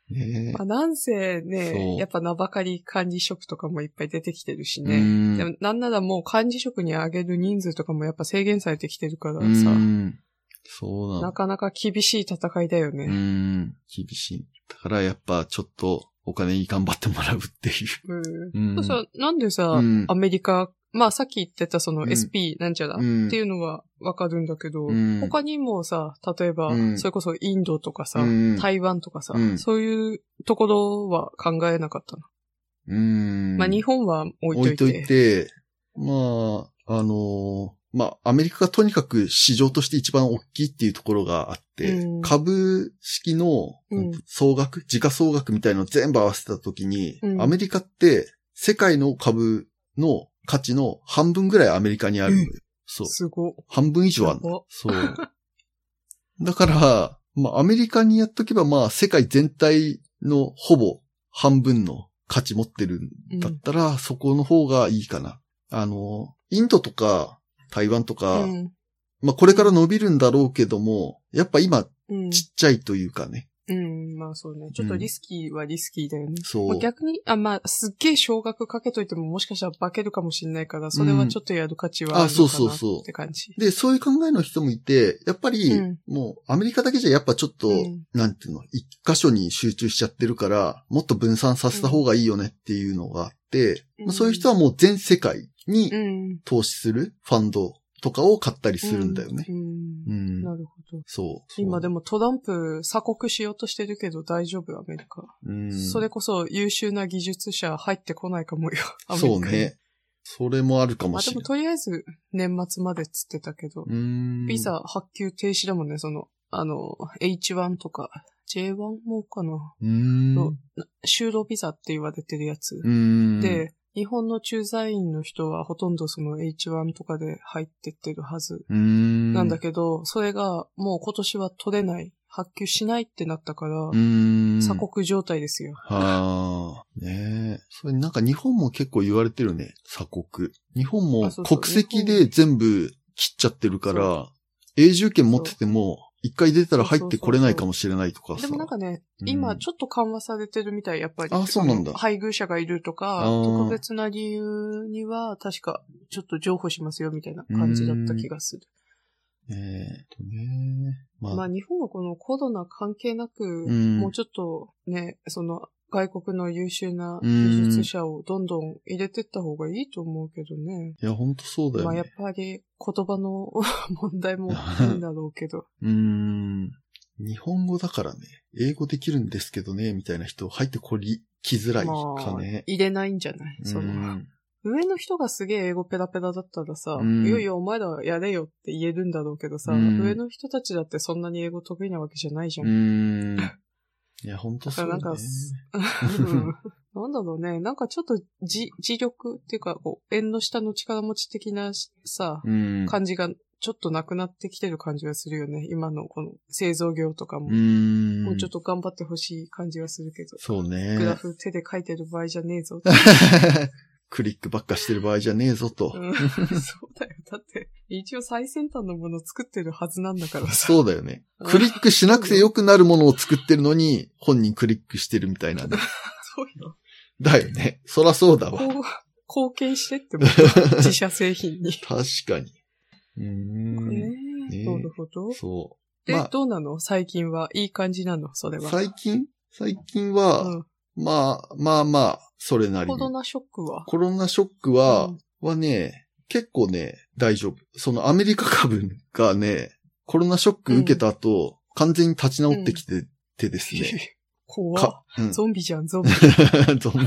Speaker 1: ね
Speaker 2: まあ、なんせ
Speaker 1: そう
Speaker 2: ね、やっぱ名ばかり管理職とかもいっぱい出てきてるし
Speaker 1: え。
Speaker 2: ね。
Speaker 1: ね
Speaker 2: でもなんならもう管理職に上げる人数とかもやっぱ制限されてきてるから
Speaker 1: う
Speaker 2: さ、
Speaker 1: ん。そうなの
Speaker 2: な。かなか厳しい戦いだよ
Speaker 1: うー
Speaker 2: ね。
Speaker 1: ん、厳しい。だからやっぱちょっとお金に頑張ってもらうっていう。
Speaker 2: うん。
Speaker 1: うん
Speaker 2: そうそうなんでさ、
Speaker 1: うん
Speaker 2: アメリカ、まあさっき言ってたその
Speaker 1: うん
Speaker 2: SP なんちゃらっ
Speaker 1: うん
Speaker 2: ていうのはわかるんだけど、
Speaker 1: うん
Speaker 2: 他にもさ、例えば、
Speaker 1: うん
Speaker 2: それこそインドとかさ、
Speaker 1: うん
Speaker 2: 台湾とかさ、
Speaker 1: うん
Speaker 2: そういうところは考えなかったの。
Speaker 1: うーん。
Speaker 2: まあ日本は置いと
Speaker 1: 置
Speaker 2: い
Speaker 1: いと
Speaker 2: て。
Speaker 1: いて、まあ、あのーまあ、アメリカがとにかく市場として一番大きいっていうところがあって、
Speaker 2: うん
Speaker 1: 株式の
Speaker 2: うん
Speaker 1: 総額、時価総額みたいのを全部合わせたときに、
Speaker 2: うん
Speaker 1: アメリカって世界の株の価値の半分ぐらいアメリカにあるのよ。そう。
Speaker 2: すご。
Speaker 1: 半分以上ある
Speaker 2: やば
Speaker 1: の。そう。 だから、まあ、アメリカにやっとけば、まあ、世界全体のほぼ半分の価値持ってる
Speaker 2: うん
Speaker 1: んだったら、そこの方がいいかな。あの、インドとか台湾とか、
Speaker 2: うん
Speaker 1: まあ、これから伸びるんだろうけども、やっぱ今、
Speaker 2: うん
Speaker 1: ちっちゃいというかね。
Speaker 2: うん、まあそうね。ちょっとリスキーはリスキーだよね。
Speaker 1: そう
Speaker 2: まあ、逆に、あ、まあ、すっげえ少額かけといてももしかしたら化けるかもしれないから、それはちょっとやる価値はあ
Speaker 1: うん
Speaker 2: るの
Speaker 1: あ
Speaker 2: か
Speaker 1: そう
Speaker 2: な
Speaker 1: そうそう
Speaker 2: って感じ。
Speaker 1: で、そういう考えの人もいて、やっぱり、
Speaker 2: うん
Speaker 1: もう、アメリカだけじゃやっぱちょっと、
Speaker 2: うん
Speaker 1: なんていうの、一箇所に集中しちゃってるから、もっと分散させた方がいいよねっていうのがあって、
Speaker 2: うん
Speaker 1: まあそういう人はもう全世界に
Speaker 2: うん。
Speaker 1: 投資するファンドとかを買ったりするんだよね
Speaker 2: う。ん。
Speaker 1: うん。
Speaker 2: なるほど。
Speaker 1: そう。
Speaker 2: 今でもトランプ鎖国しようとしてるけど大丈夫、アメリカ。
Speaker 1: うん、
Speaker 2: それこそ優秀な技術者入ってこないかもよ、アメリ
Speaker 1: そ
Speaker 2: カに
Speaker 1: う。ね。それもあるか
Speaker 2: ま
Speaker 1: も
Speaker 2: あで
Speaker 1: しれ
Speaker 2: も
Speaker 1: ない。
Speaker 2: とりあえず年末までっつってたけど、
Speaker 1: うん。
Speaker 2: ビザ発給停止だもんね、その、あの、H1 とか J1 もかな。
Speaker 1: うん。
Speaker 2: の就労ビザって言われてるやつ。
Speaker 1: うん。
Speaker 2: で、日本の駐在員の人はほとんどその H1 とかで入ってってるはず
Speaker 1: うん。
Speaker 2: なんだけど、それがもう今年は取れない、発給しないってなったから、
Speaker 1: うん。
Speaker 2: 鎖国状態ですよ。
Speaker 1: はあ、ねえ。それなんか日本も結構言われてるね。鎖国。日本も
Speaker 2: あそうそう
Speaker 1: 国籍で全部切っちゃってるから、永住権持ってても、一回出たら入ってこれないかもしれないとかさ。
Speaker 2: でもなんかね、
Speaker 1: うん
Speaker 2: 今ちょっと緩和されてるみたい、やっぱり。
Speaker 1: あそうなんだ
Speaker 2: の配偶者がいるとか、
Speaker 1: あー
Speaker 2: 特別な理由には、確かちょっと譲歩しますよみたいな感じだった気がする。
Speaker 1: ねえ。ねえまあ、
Speaker 2: まあ日本はこのコロナ関係なく、
Speaker 1: ん
Speaker 2: もうちょっとね、その外国の優秀な
Speaker 1: う
Speaker 2: 技
Speaker 1: ん
Speaker 2: 術者をどんどん入れてった方がいいと思うけどね。
Speaker 1: いや、ほんとそうだ
Speaker 2: ま
Speaker 1: よ
Speaker 2: あやっ
Speaker 1: ね。
Speaker 2: ぱり言葉の 問題もあるんだろうけ ど。
Speaker 1: うん。日本語だからね、英語できるんですけどね、みたいな人入ってこり、来づらい
Speaker 2: ま
Speaker 1: か
Speaker 2: あ、
Speaker 1: ね。
Speaker 2: 入れないんじゃないその、
Speaker 1: うん
Speaker 2: 上の人がすげえ英語ペラペラだったらさ、
Speaker 1: うん
Speaker 2: いよいよお前らやれよって言えるんだろうけどさ、
Speaker 1: うん
Speaker 2: 上の人たちだってそんなに英語得意なわけじゃないじゃん。
Speaker 1: うん。いや、ほんとそうだ
Speaker 2: だからなん
Speaker 1: ね
Speaker 2: か。うん なんだろうね、なんかちょっと自自力っていうか、こう、縁の下の力持ち的なさ、
Speaker 1: うん。
Speaker 2: 感じがちょっとなくなってきてる感じがするよね。今のこの製造業とかも。
Speaker 1: うん。
Speaker 2: もうちょっと頑張ってほしい感じがするけど。
Speaker 1: そうね。
Speaker 2: グラフ手で書いてる場合じゃねえぞ。
Speaker 1: クリックばっかしてる場合じゃねえぞと。
Speaker 2: うん そうだよ。だって、一応最先端のもの作ってるはずなんだからさ。
Speaker 1: そうだよね。クリックしなくて良くなるものを作ってるのに、本人クリックしてるみたいなね。
Speaker 2: そうよ。
Speaker 1: だよね。そらそうだわ。
Speaker 2: こう、貢献してって こと。自社製品に。
Speaker 1: 確かに。うーん。
Speaker 2: ねえ
Speaker 1: ねえ
Speaker 2: なるほど。
Speaker 1: そ
Speaker 2: で、
Speaker 1: まあ
Speaker 2: どうなの最近は。いい感じなのそれ
Speaker 1: う。
Speaker 2: は。
Speaker 1: 最近最近は、
Speaker 2: う、
Speaker 1: まあ、まあまあ、それなんり
Speaker 2: コ
Speaker 1: に。
Speaker 2: ロナショックは。
Speaker 1: コロナショックは、
Speaker 2: うん
Speaker 1: はね、結構ね、大丈夫。そのアメリカ株がね、コロナショック受けた後、完全に立ち直ってきて、てです ね。
Speaker 2: 怖
Speaker 1: か、うん、
Speaker 2: ゾンビじゃん、ゾンビ。
Speaker 1: ゾンビ。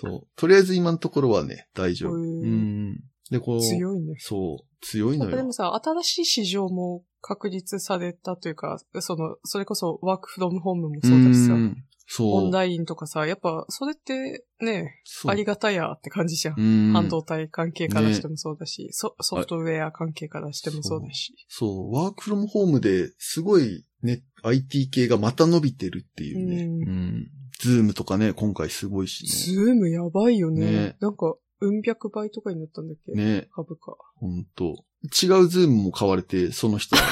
Speaker 1: そう。とりあえず今のところはね、大丈夫。
Speaker 2: へ
Speaker 1: う
Speaker 2: ー
Speaker 1: ん。で、こう。
Speaker 2: 強いね。
Speaker 1: そう。強い
Speaker 2: な
Speaker 1: の
Speaker 2: んかで
Speaker 1: よ
Speaker 2: も。さ、新しい市場も確立されたというか、その、それこそワークフロムホームもそうだしさ
Speaker 1: う、んそう。
Speaker 2: オンラインとかさ、やっぱ、それってね、
Speaker 1: そう
Speaker 2: ありがたやって感じじゃん。
Speaker 1: うん
Speaker 2: 半導体関係からしてもそうだし、ソソフトウェア関係からしてもそうだし。
Speaker 1: そう。ワークフロムホームですごいね、IT 系がまた伸びてるっていうね。
Speaker 2: うん
Speaker 1: うん。ズームとかね、今回すごいし
Speaker 2: ズームやばいよね。
Speaker 1: ね
Speaker 2: なんか、うん百倍とかになったんだっけ、
Speaker 1: ね。ね。
Speaker 2: 株価。
Speaker 1: ほんと。違うズームも買われて、その人 が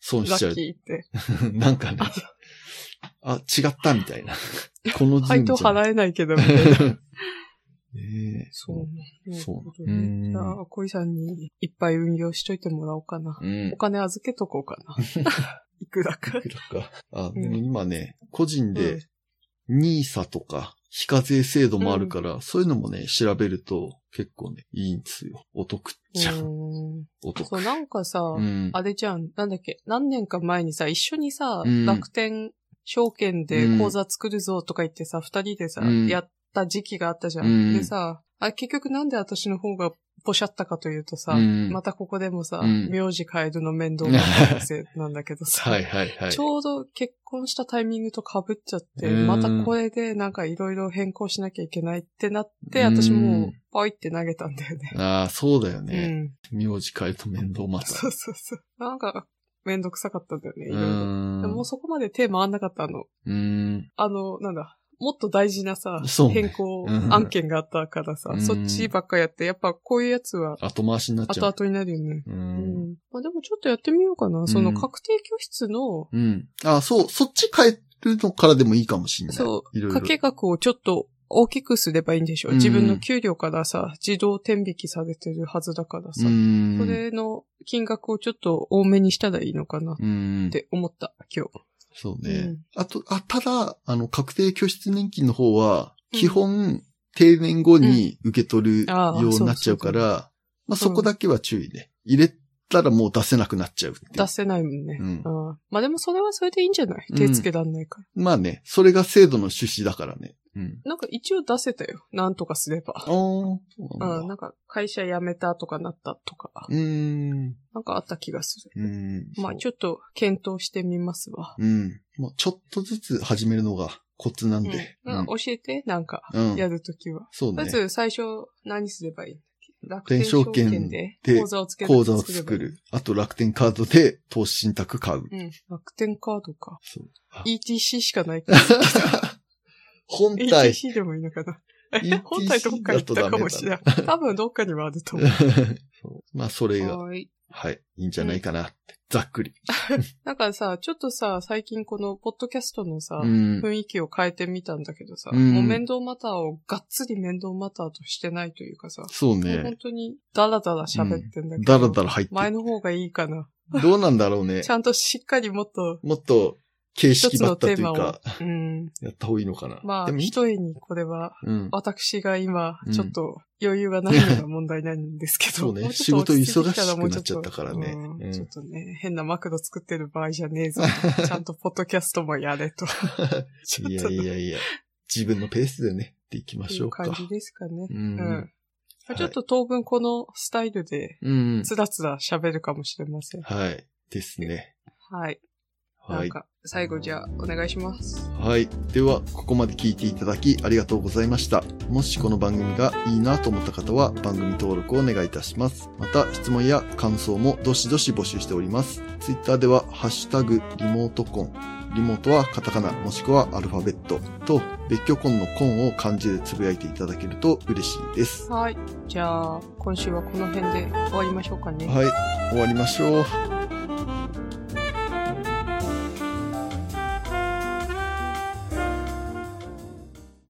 Speaker 1: 損し
Speaker 2: ラ
Speaker 1: ちゃ
Speaker 2: ッ
Speaker 1: う
Speaker 2: キ。ーっ て。
Speaker 1: なんかね。あ、違ったみたいな。 このズー
Speaker 2: 配
Speaker 1: ムじ
Speaker 2: 当
Speaker 1: ゃない。
Speaker 2: 払えないけど、みた いな。
Speaker 1: ねえ
Speaker 2: そうなん
Speaker 1: そう
Speaker 2: なるほど
Speaker 1: うん
Speaker 2: ね。じゃあ、小井さんにいっぱい運用しといてもらおうかな。
Speaker 1: うん
Speaker 2: お。金預けとこうかな。 いくらか。
Speaker 1: なんか、あ、
Speaker 2: うん
Speaker 1: でも今ね、個人
Speaker 2: うん
Speaker 1: で、ニーサとか、非課税制度もあるから、そういうのもね、調べると、結構ね、いいんですよ。お得っ
Speaker 2: う
Speaker 1: ちゃん。
Speaker 2: ーん。
Speaker 1: お得。
Speaker 2: そう、なんかさ、
Speaker 1: うん。
Speaker 2: あれじゃん、なんだっけ、何年か前にさ、一緒にさ、
Speaker 1: うん
Speaker 2: 楽天証券
Speaker 1: うん
Speaker 2: で口座作るぞとか言ってさ、二、人でさ、
Speaker 1: うん
Speaker 2: やった時期があったじゃん。
Speaker 1: うん
Speaker 2: でさ、あ、結局なんで私の方がポシャったかというとさ、
Speaker 1: うん
Speaker 2: またここでもさ、
Speaker 1: うん
Speaker 2: 名字変えるの面倒だったせいなんだけどさ、
Speaker 1: はいはいはい。
Speaker 2: ちょうど結婚したタイミングと被っちゃって、
Speaker 1: うん
Speaker 2: またこれでなんかいろいろ変更しなきゃいけないってなって、
Speaker 1: うん
Speaker 2: 私もう、パイって投げたんだよね。
Speaker 1: ああ、そうだよ
Speaker 2: う
Speaker 1: ね。
Speaker 2: ん。
Speaker 1: 名字変えると面倒また。
Speaker 2: そうそうそう。なんか、めんどくさかったんだよね、いうろいろ。
Speaker 1: ん
Speaker 2: でももうそこまで手回んなかったあの。
Speaker 1: うん。
Speaker 2: あの、なんだ、もっと大事なさ、
Speaker 1: そうね
Speaker 2: 変更
Speaker 1: うん
Speaker 2: 案件があったからさ、
Speaker 1: うん
Speaker 2: そっちばっかやって、やっぱこういうやつは
Speaker 1: 後回しになっちゃう
Speaker 2: 後。々になるよね。
Speaker 1: う。
Speaker 2: うんん。まあでもちょっとやってみようかな。その確定拠出の、
Speaker 1: うん。あ、そう、そっち変えるのからでもいいかもしんない。
Speaker 2: そ
Speaker 1: いろ
Speaker 2: う、
Speaker 1: いろ
Speaker 2: 掛。け額をちょっと大きくすればいいんでしょ
Speaker 1: うん
Speaker 2: 自分の給料からさ、自動転引きされてるはずだからさ
Speaker 1: う、ん。
Speaker 2: それの金額をちょっと多めにしたらいいのかなっ
Speaker 1: うん。
Speaker 2: て思った、今日。
Speaker 1: そうね。
Speaker 2: うん
Speaker 1: あと、あ、ただ、あの、確定拠出年金の方は、
Speaker 2: うん
Speaker 1: 基本、定年後に受け取る
Speaker 2: あ
Speaker 1: よ
Speaker 2: あ
Speaker 1: うになっちゃうから、まあ、
Speaker 2: そう
Speaker 1: そこだけは注意ね。入れたらもう出せなくなっちゃうっていう
Speaker 2: 出せないもんね。
Speaker 1: うん
Speaker 2: あーまあでもそれはそれでいいんじゃない
Speaker 1: うん
Speaker 2: 手つけらんないから。
Speaker 1: まあね、それが制度の趣旨だからね。うん。
Speaker 2: なんか一応出せたよ。なんとかすれば
Speaker 1: ああ、。そうな
Speaker 2: うん、
Speaker 1: ん
Speaker 2: な
Speaker 1: だ。
Speaker 2: んか会社辞めたとかなったとか、
Speaker 1: うーん。
Speaker 2: なんかあった気がす
Speaker 1: うーん。
Speaker 2: る。まあ
Speaker 1: そう
Speaker 2: ちょっと検討してみますわ。
Speaker 1: うん。まあ、ちょっとずつ始めるのがコツなんで。
Speaker 2: うんなんか教えて、なんか、
Speaker 1: うん
Speaker 2: やるときは。
Speaker 1: そう
Speaker 2: ま
Speaker 1: ね。
Speaker 2: ず最初何すればいいんだっけ楽
Speaker 1: 天
Speaker 2: 天
Speaker 1: 証
Speaker 2: 証
Speaker 1: 券
Speaker 2: 券で
Speaker 1: で
Speaker 2: 口座をつける
Speaker 1: 口座を作。る。あと楽天カードで投資信託買う。
Speaker 2: うん。楽天カードか。
Speaker 1: そう
Speaker 2: ETC しかないから。
Speaker 1: 本体。
Speaker 2: ETC でもいいのかな。
Speaker 1: ETC
Speaker 2: 本体どっか行ったかもしれない。 多分どっかにはあると思う。
Speaker 1: そうまあ、それが、
Speaker 2: はい。
Speaker 1: はい、いいんじゃないかなって。ざっくり。
Speaker 2: なんかさ、ちょっとさ、最近このポッドキャストのさ、
Speaker 1: うん。
Speaker 2: 雰囲気を変えてみたんだけどさ、
Speaker 1: うん
Speaker 2: もう面倒マターをがっつり面倒マターとしてないというかさ、
Speaker 1: そう
Speaker 2: もう本
Speaker 1: ね。
Speaker 2: 当にダラダラ喋ってんだけど、
Speaker 1: だらだら入って
Speaker 2: 前の方がいいかな。
Speaker 1: どうなんだろ うね
Speaker 2: ち。ゃんとしっかりもっと
Speaker 1: もっと、形
Speaker 2: 一
Speaker 1: 式
Speaker 2: つ
Speaker 1: ば
Speaker 2: の
Speaker 1: ったとい
Speaker 2: テ
Speaker 1: う
Speaker 2: ーマを
Speaker 1: か、、
Speaker 2: うん。
Speaker 1: やった方がいいのかな。
Speaker 2: ま
Speaker 1: で
Speaker 2: あ、
Speaker 1: も
Speaker 2: 一重にこれは、
Speaker 1: うん。
Speaker 2: 私が今
Speaker 1: うん、
Speaker 2: ちょっと余裕がないのが問題なんですけ
Speaker 1: そ
Speaker 2: ど。
Speaker 1: うね
Speaker 2: もちょっと落ち着いてきたらもうょ
Speaker 1: 忙しく
Speaker 2: と
Speaker 1: なっちゃったからね
Speaker 2: うん
Speaker 1: うん
Speaker 2: ちょっとね、変なマクド作ってる場合じゃねえぞ。 ちゃんとポッドキャストもやれと。ち ょ
Speaker 1: い
Speaker 2: っ
Speaker 1: や
Speaker 2: と
Speaker 1: い
Speaker 2: ね、
Speaker 1: やいや。自分のペースでね、っていきま
Speaker 2: ってい
Speaker 1: しょう
Speaker 2: う
Speaker 1: か。
Speaker 2: 感じですかね
Speaker 1: う。。
Speaker 2: うんん。
Speaker 1: はい
Speaker 2: ちょっと当分このスタイルで、
Speaker 1: うん。
Speaker 2: つらつら喋るかもしれません。
Speaker 1: はい。ですね。
Speaker 2: はい。な
Speaker 1: は
Speaker 2: ん
Speaker 1: い。
Speaker 2: か、最後じゃあ、お願いします。
Speaker 1: はい。では、ここまで聞いていただきありがとうございました。もしこの番組がいいなと思った方は番組登録をお願いいたします。また、質問や感想もどしどし募集しております。ツイッターでは、ハッシュタグ、リモートコン。リモートはカタカナ、もしくはアルファベットと、別居コンのコンを漢字でつぶやいていただけると嬉しいです。
Speaker 2: はい。じゃあ、今週はこの辺で終わりましょうかね。
Speaker 1: はい。終わりましょう。